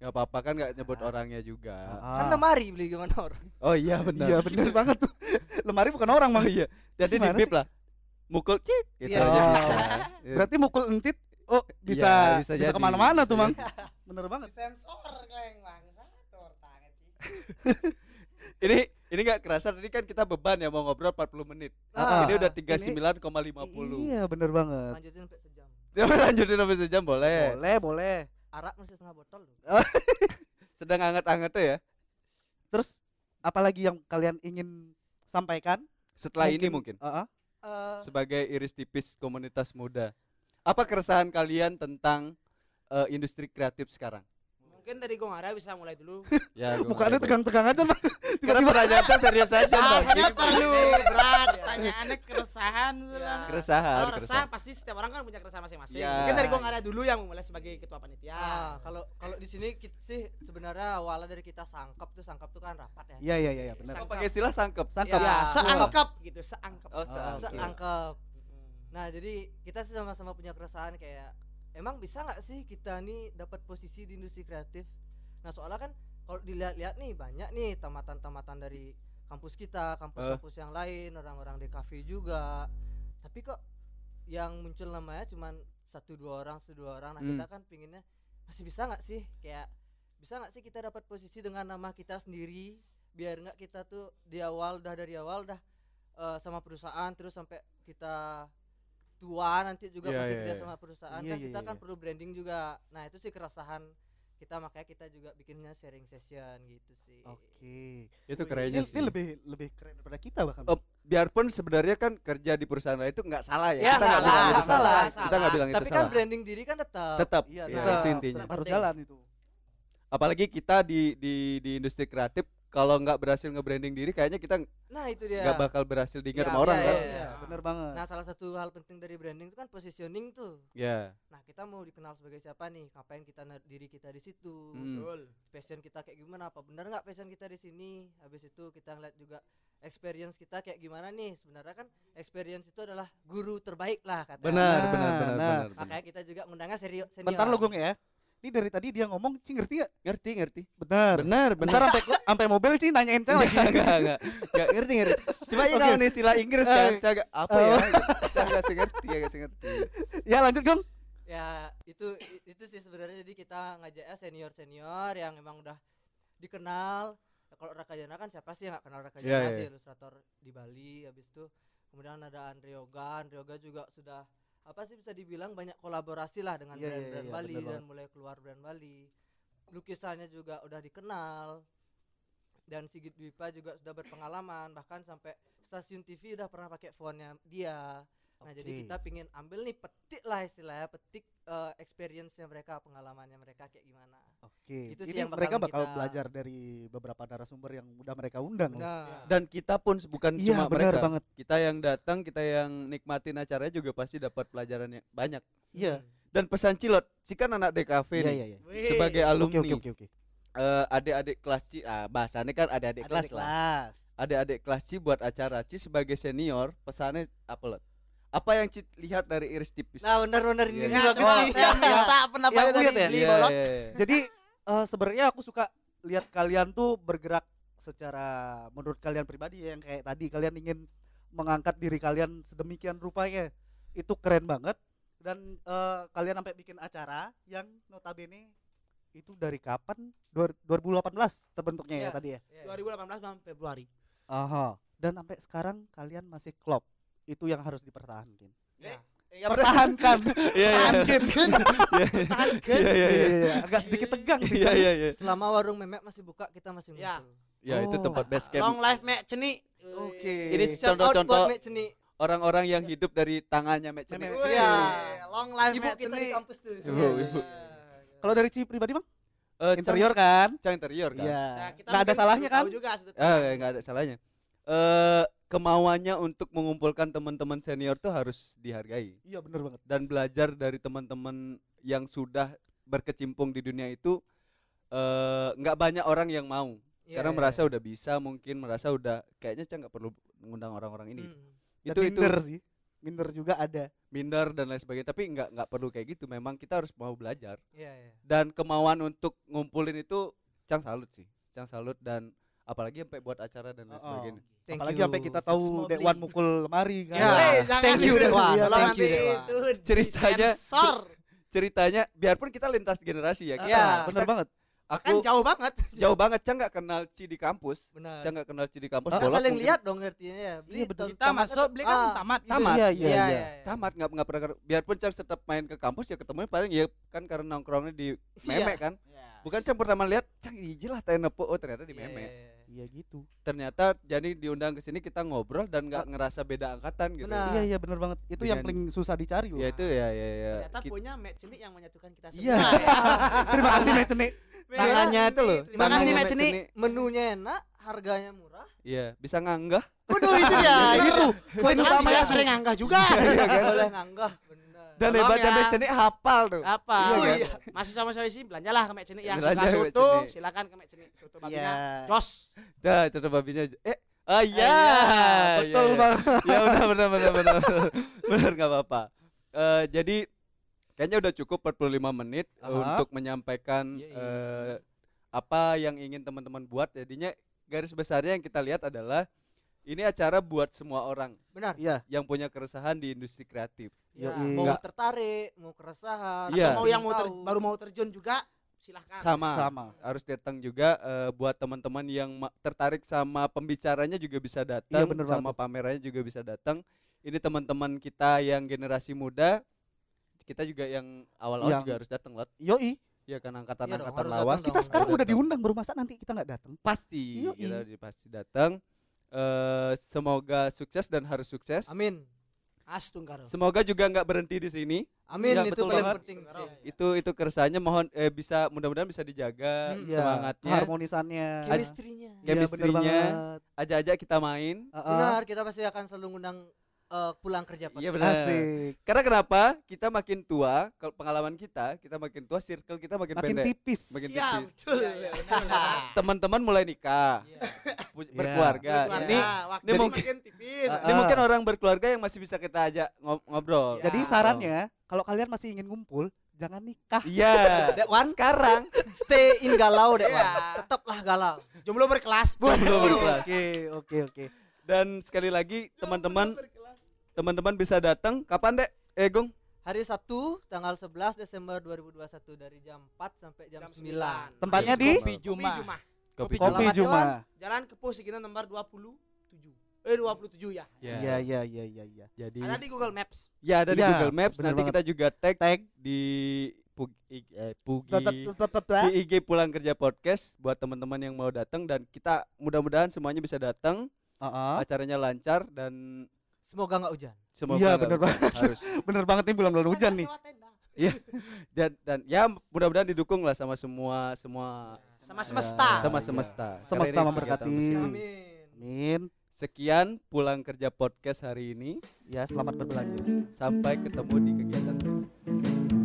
A: Gak apa-apa kan gak nyebut orangnya juga.
C: Kan lemari beli gimana orang.
A: Oh iya benar.
B: Iya benar banget tuh. Lemari bukan orang bang.
A: Oh, iya. Jadi di
B: Gimana
A: bip lah. Mukul cik gitu aja
C: Iya.
B: Oh.
A: bisa. Iya.
B: Berarti mukul entit oh
A: Iya, bisa
B: bisa bisa,
A: jadi. Iya.
B: kemana-mana tuh
A: Bisa
B: bang. Bener banget.
D: Sensor kleng bangsa tortang
A: ini ini gak kerasa tadi kan kita beban ya mau ngobrol 40 menit. Nah,
B: Ah,
A: ini udah
B: ini-
A: 39,50.
B: Iya bener banget.
C: Lanjutin sampai sejam.
A: Lanjutin sampai sejam boleh.
B: Boleh boleh.
C: Arak masih setengah botol. loh.
A: Sedang anget-angetnya ya.
B: Terus apalagi yang kalian ingin sampaikan?
A: Setelah ini mungkin
B: Heeh.
C: Eh,
A: sebagai iris tipis komunitas muda. Apa keresahan kalian tentang eh, industri kreatif sekarang?
D: Mungkin dari Gongara bisa mulai dulu.
A: Ya, gua mulai,
B: Mukanya
A: Bang.
B: tegang-tegang aja bang.
A: Karena pertanyaan saya serius aja, Bang.
D: Bahasanya terlalu Nah, berat. ya.
E: Pertanyaannya keresahan
D: Ya.
E: Sulan.
A: Keresahan,
D: Kalau
A: keresahan.
D: resah pasti setiap orang kan punya keresahan masing-masing.
A: Ya.
D: Mungkin dari Gongara dulu yang mulai sebagai ketua panitia.
C: ah, kalau kalau di sini kita sih sebenarnya awalnya dari kita sangkap tuh sangkap tuh kan rapat
B: Iya
C: ya.
B: iya iya bener.
A: Kok pakai istilah sangkep.
B: Sangkep.
C: Iya.
D: Ya, seangkap gitu, seangkap.
A: Oh,
B: Ah, oke.
C: Seangkep. Nah, jadi kita sih sama-sama punya keresahan kayak emang bisa nggak sih kita nih dapat posisi di industri kreatif? Nah, soalnya kan kalau dilihat-lihat nih banyak nih tamatan-tamatan dari kampus kita, kampus-kampus yang lain, orang-orang di kafe juga. Tapi kok yang muncul namanya cuman satu dua orang, satu dua orang. Nah,
A: Hmm.
C: kita kan pinginnya masih bisa nggak sih kayak bisa nggak sih kita dapat posisi dengan nama kita sendiri biar nggak kita tuh di awal dah dari awal dah eh, sama perusahaan terus sampai kita tua nanti juga
A: Iya,
C: masih
A: iya,
C: kerja
A: iya.
C: sama perusahaan
B: Iya,
C: kan
B: iya,
C: kita kan
B: iya.
C: perlu branding juga nah itu sih keresahan kita makanya kita juga bikinnya sharing session gitu sih
B: Oke.
A: Itu
B: Ini,
A: kerennya
B: ini
A: sih.
B: lebih lebih keren daripada kita bahkan.
A: Oh, Biarpun sebenarnya kan kerja di perusahaan lain itu nggak salah ya.
C: Ya,
A: kita nggak
C: salah,
A: bilang itu
C: salah,
A: Kita nggak bilang
C: tapi
A: itu
C: kan
A: salah.
C: branding diri kan tetap
A: Tetap.
B: Iya,
A: ya,
B: tetap,
A: itu intinya.
B: tetap harus jalan itu.
A: Apalagi kita di di di industri kreatif kalau nggak berhasil nge-branding diri kayaknya kita
C: nah itu dia
A: nggak bakal berhasil diingat
C: Ya,
A: sama orang
C: iya,
A: kan.
C: iya.
B: Iya, bener banget.
C: nah salah satu hal penting dari branding itu kan positioning tuh
A: Ya.
C: nah kita mau dikenal sebagai siapa nih ngapain kita na- diri kita di situ
A: Hmm.
C: passion kita kayak gimana apa benar nggak passion kita di sini habis itu kita ngeliat juga experience kita kayak gimana nih sebenarnya kan experience itu adalah guru terbaik lah katanya
A: Benar,
B: Nah,
A: benar, benar,
B: nah.
A: benar, benar.
C: makanya kita juga ngundangnya serius senior
B: Bentar lo gong ya. Ini dari tadi dia ngomong, Cing ngerti gak?
A: Ngerti, ngerti.
B: Bener.
A: Benar,
B: Bentar
A: benar.
B: sampai sampai mobil Cing nanyain Cang lagi.
A: Enggak, enggak, enggak. Enggak ngerti, ngerti. Cuma ini
B: Oke. Eh.
A: tahu nih istilah Inggris kan. Saya agak- apa ya?
B: Oh.
A: Saya enggak ngerti, enggak ngerti.
B: Ya lanjut gong.
C: ya itu i- itu sih sebenarnya jadi kita ngajaknya senior senior yang emang udah dikenal Ya, kalau Raka Jana kan siapa sih yang gak kenal Raka
A: Iya,
C: Jana
A: iya,
C: sih
A: iya.
C: ilustrator di Bali habis itu kemudian ada Andrioga Andrioga juga sudah apa sih bisa dibilang banyak kolaborasi lah dengan
B: Iya, iya,
C: brand-brand
B: iya,
C: Bali
B: benar
C: dan mulai keluar brand Bali lukisannya juga udah dikenal dan Sigit Dwipa juga sudah berpengalaman bahkan sampai stasiun TV udah pernah pakai fontnya dia nah jadi
B: Oke.
C: kita pingin ambil nih petik lah istilahnya petik eh, experience-nya mereka pengalamannya mereka kayak gimana
B: Oke.
C: Itu
B: Ini
C: sih yang
B: mereka
C: bakalan
B: bakal
C: kita-
B: belajar dari beberapa narasumber yang udah mereka undang. loh.
C: nah
A: Dan kita pun bukan
B: Iya,
A: cuma
B: benar
A: mereka.
B: banget.
A: Kita yang datang, kita yang nikmatin acaranya juga pasti dapat pelajaran yang banyak.
B: Iya.
A: Dan pesan Cilot, si kan anak DKV
B: Iya
A: nih.
B: iya iya.
A: Sebagai
B: Oke
A: alumni,
B: oke oke oke.
A: eh, adik-adik kelas C, ah, bahasannya kan adik-adik kelas
B: Adik-adik
A: lah.
B: kelas.
A: adik-adik kelas C buat acara C sebagai senior pesannya apa Lot? Apa yang Ci lihat dari iris tipis?
C: nah benar-benar
A: Iya,
C: ini
A: iya.
C: bagus
D: coba
C: nih. ya.
D: saya minta pendapatnya
B: Yang
D: dari
B: lihat ya?
D: Bli
A: Iya,
D: Bolot.
A: iya, iya.
B: Jadi eh, sebenarnya aku suka lihat kalian tuh bergerak secara menurut kalian pribadi ya, yang kayak tadi kalian ingin mengangkat diri kalian sedemikian rupanya. Itu keren banget dan eh, kalian sampai bikin acara yang notabene itu dari kapan? Dua- 2018 terbentuknya ya
D: Iya.
B: tadi ya.
D: 2018 bulan Februari.
B: Aha. Dan sampai sekarang kalian masih klop. Itu yang harus dipertahankan.
A: Iya, bener.
B: Pertahankan.
A: Iya, iya.
B: Pertahankan.
D: Tahan
A: Iya, iya,
B: Iya,
A: iya.
B: iya, iya. Agak sedikit tegang sih.
A: Iya, iya, iya.
C: selama warung memek masih buka kita masih ngumpul
D: Ya.
A: Ya, itu
B: Oh.
A: tempat base camp.
D: Long life Mek Ceni.
B: Oke.
A: Ini
C: Shout out buat
A: contoh-contoh
C: Mek Ceni.
A: orang-orang yang hidup dari tangannya Mek Ceni.
B: Memek.
D: Wih,
C: Iya.
D: Long life
C: ibu
D: Mek
C: kita
D: Ceni.
C: di kampus tuh Iya.
A: Ibu, ibu.
B: Kalau dari Ci pribadi Bang,
A: Eh,
B: interior kan?
A: cang- cang interior kan?
B: Iya.
D: Nah, kita
B: Nggak ada
D: mungkin
B: salahnya
D: perlu
B: kan?
D: tahu juga sudut
A: Ah,
D: pandang.
A: nggak ada salahnya. Eh kemauannya untuk mengumpulkan teman-teman senior tuh harus dihargai
B: Iya bener banget.
A: dan belajar dari teman-teman yang sudah berkecimpung di dunia itu eh nggak banyak orang yang mau.
C: Iya,
A: karena
C: iya,
A: merasa udah bisa mungkin merasa udah kayaknya cang nggak perlu ngundang orang-orang ini. gitu.
C: Hmm.
B: Dan
A: Itu itu
B: minder sih minder juga ada
A: minder dan lain sebagainya, tapi nggak nggak perlu kayak gitu. Memang kita harus mau belajar
C: Iya, iya.
A: dan kemauan untuk ngumpulin itu cang salut sih. Cang salut dan apalagi sampai buat acara dan lain
B: Oh, oh.
A: sebagainya.
C: Thank
B: apalagi
C: you,
B: sampai kita
C: Six
B: tahu
C: Mowgli.
B: Dewan mukul lemari kan
D: Ya,
A: Wah.
D: eh, jangan
C: Thank you,
D: gitu.
C: Dewa.
D: Kalau
C: Thank
D: nanti
C: you, Dewa.
D: itu
A: Ceritanya-
D: disensor.
A: Ceritanya biarpun kita lintas generasi ya.
C: Ah,
A: kita-
C: iya.
A: kita-
B: bener banget
D: kan
A: Aku
D: jauh banget.
A: jauh banget Cang nggak kenal Ci di kampus.
C: Benar.
A: Cang nggak kenal Ci di kampus.
C: Kita
A: bola
C: saling
A: mungkin.
C: lihat dong artinya ya. Beli
B: Iya, betul.
C: ton-
E: kita
C: tamat
E: masuk
C: tuh-
E: beli kan
C: ah,
E: tamat gitu.
A: Tamat.
B: iya iya
C: Iya,
B: iya
C: iya.
A: tamat nggak nggak pernah ker- biarpun Cang setiap main ke kampus ya ketemu paling ya kan karena nongkrongnya di
C: Iya.
A: memek kan
E: Iya.
A: bukan Cang pertama lihat Cang ijilah tenepo oh ternyata di
C: Iya,
A: memek
C: iya, iya.
B: iya gitu
A: ternyata jadi diundang ke sini kita ngobrol dan nggak ngerasa beda angkatan gitu.
C: Benar. Ah.
B: iya iya bener banget itu yang
A: Dengan-
B: paling susah dicari loh
A: Ya itu ya ya ya.
D: Ternyata
A: Kit-
D: punya Mek Cenik yang menyatukan kita semua. ya.
A: Iya.
B: terima kasih Mecene
D: Mek
A: Tangannya
D: Cenik,
A: itu loh,
D: Terima kasih
A: tangannya
D: Mek
A: Mek
D: Cenik.
A: Cenik.
C: Menunya enak, harganya murah.
A: Iya, bisa nganggah.
D: Waduh itu dia. Itu Iya. poin
C: Benar.
D: utama ya. yang sering anggah juga.
A: Iya, kan?
C: Boleh nganggah, benar.
A: Dan
D: Tolong
A: hebatnya
D: ya.
A: Mek Cenik hafal tuh.
D: Apa?
A: Iya,
D: Oh,
A: kan?
D: iya. Masih sama saya sih belanjalah ke Mek Cenik yang
A: Belanja
D: suka
A: ke Mek
D: soto,
A: Cenik.
D: silakan ke Mek Cenik. Soto
B: iya
D: babinya. Jos.
A: Dah, itu tuh babinya. Eh, ah ya.
B: betul
A: ya, ya.
B: banget
A: Ya udah benar benar benar. Benar nggak apa-apa. Eh, jadi kayaknya udah cukup 45 menit
B: Aha.
A: untuk menyampaikan
E: Iya, iya.
A: eh, apa yang ingin teman-teman buat. Jadinya garis besarnya yang kita lihat adalah ini acara buat semua orang
C: Benar.
B: iya
A: yang punya keresahan di industri kreatif.
C: Ya,
B: Yoi.
C: mau
A: Nggak.
C: tertarik, mau keresahan,
A: Iya.
D: Atau Iya. mau yang mau ter-
C: tahu.
D: baru mau terjun juga silahkan.
A: Sama.
B: sama
A: harus datang juga eh, buat teman-teman yang ma- tertarik sama pembicaranya juga bisa datang,
B: Iya, bener banget
A: sama
B: tuh.
A: pamerannya juga bisa datang. Ini teman-teman kita yang generasi muda, kita juga yang awal-awal
B: Yang-
A: juga harus datang lot.
B: yoi
A: Iya kan angkatan
C: Iya
A: angkatan
C: dong, harus datang
A: lawas.
C: dong.
B: Iya. kita sekarang
A: Harus
B: udah
A: datang.
B: diundang Iya. baru masa nanti kita nggak datang
A: pasti,
B: Yoi.
A: kita udah pasti datang. Eh, semoga sukses dan harus sukses.
C: Amin.
D: Astungkaro.
A: Semoga juga nggak berhenti di sini.
C: Amin
B: Iya,
C: itu
B: betul
C: paling
B: banget.
C: penting
D: Sekarang.
C: sih.
A: Itu itu keresahannya mohon eh, bisa mudah-mudahan bisa dijaga
C: Hmm.
B: Iya,
A: semangatnya.
B: harmonisannya
C: Chemistry-nya.
B: Iya, bener
A: Chemistry-nya.
B: banget.
A: Aja-aja kita main.
B: Heeh.
C: Benar, kita pasti akan selalu ngundang eh, pulang kerja Pak.
A: Iya benar.
B: asik
A: Karena kenapa? Kita makin tua, kalau pengalaman kita, kita makin tua, circle kita makin,
B: makin
A: pendek.
B: tipis
A: Makin
D: Iya,
A: tipis.
D: betul.
A: Teman-teman mulai nikah, pu-
B: Iya.
A: berkeluarga.
D: Keluarga,
A: Ini,
D: Iya, waktu
A: ini
D: ini
A: mungkin-
D: makin tipis.
B: Ah,
A: ini
B: ah.
A: mungkin orang berkeluarga yang masih bisa kita ajak ngob- ngobrol.
D: Iya.
B: jadi sarannya kalau kalian masih ingin ngumpul jangan nikah
A: Iya. Sekarang
C: Stay in galau deh,
D: Iya.
C: tetaplah galau.
D: Jomblo berkelas.
A: Jomblo berkelas.
B: oke oke oke
A: dan sekali lagi teman-teman teman-teman bisa datang kapan, Dek? Eh, Gong.
C: Hari Sabtu tanggal 11 Desember 2021 dari jam 4 sampai jam,
D: Jam
C: 9.
D: sembilan.
B: tempatnya
A: Iya,
B: di
E: Kopi Juma.
D: Kopi Juma.
A: Kopi,
B: kopi
A: Juma.
B: Juma
D: Jalan Kepuh Sigina nomor 27. Eh 27 ya.
A: Ya.
B: iya iya iya iya iya
A: Jadi
D: Ada di Google Maps.
A: ya ada di
B: Iya,
A: Google Maps.
B: bener
A: Nanti
B: banget.
A: kita juga tag
B: tag
A: di Pugi, eh, Pugi.
B: tetap tetap tetap
A: di IG Pulang Kerja Podcast buat teman-teman yang mau datang dan kita mudah-mudahan semuanya bisa datang,
B: Heeh.
A: acaranya lancar dan
C: Semoga nggak hujan.
A: semua
B: Iya,
A: bangga
B: bener banget.
A: harus
B: bener banget nih bulan-bulan hujan nih
D: Sewa tenda.
A: dan dan ya mudah-mudahan didukung lah sama semua semua
D: Sama semesta.
A: sama
B: iya.
A: semesta. Karena
B: Semesta
A: ini
B: memberkati.
A: kegiatan bersama.
C: Amin.
B: amin
A: Sekian Pulang Kerja Podcast hari ini.
B: ya selamat berbelanja
A: Sampai ketemu di kegiatan. berikutnya.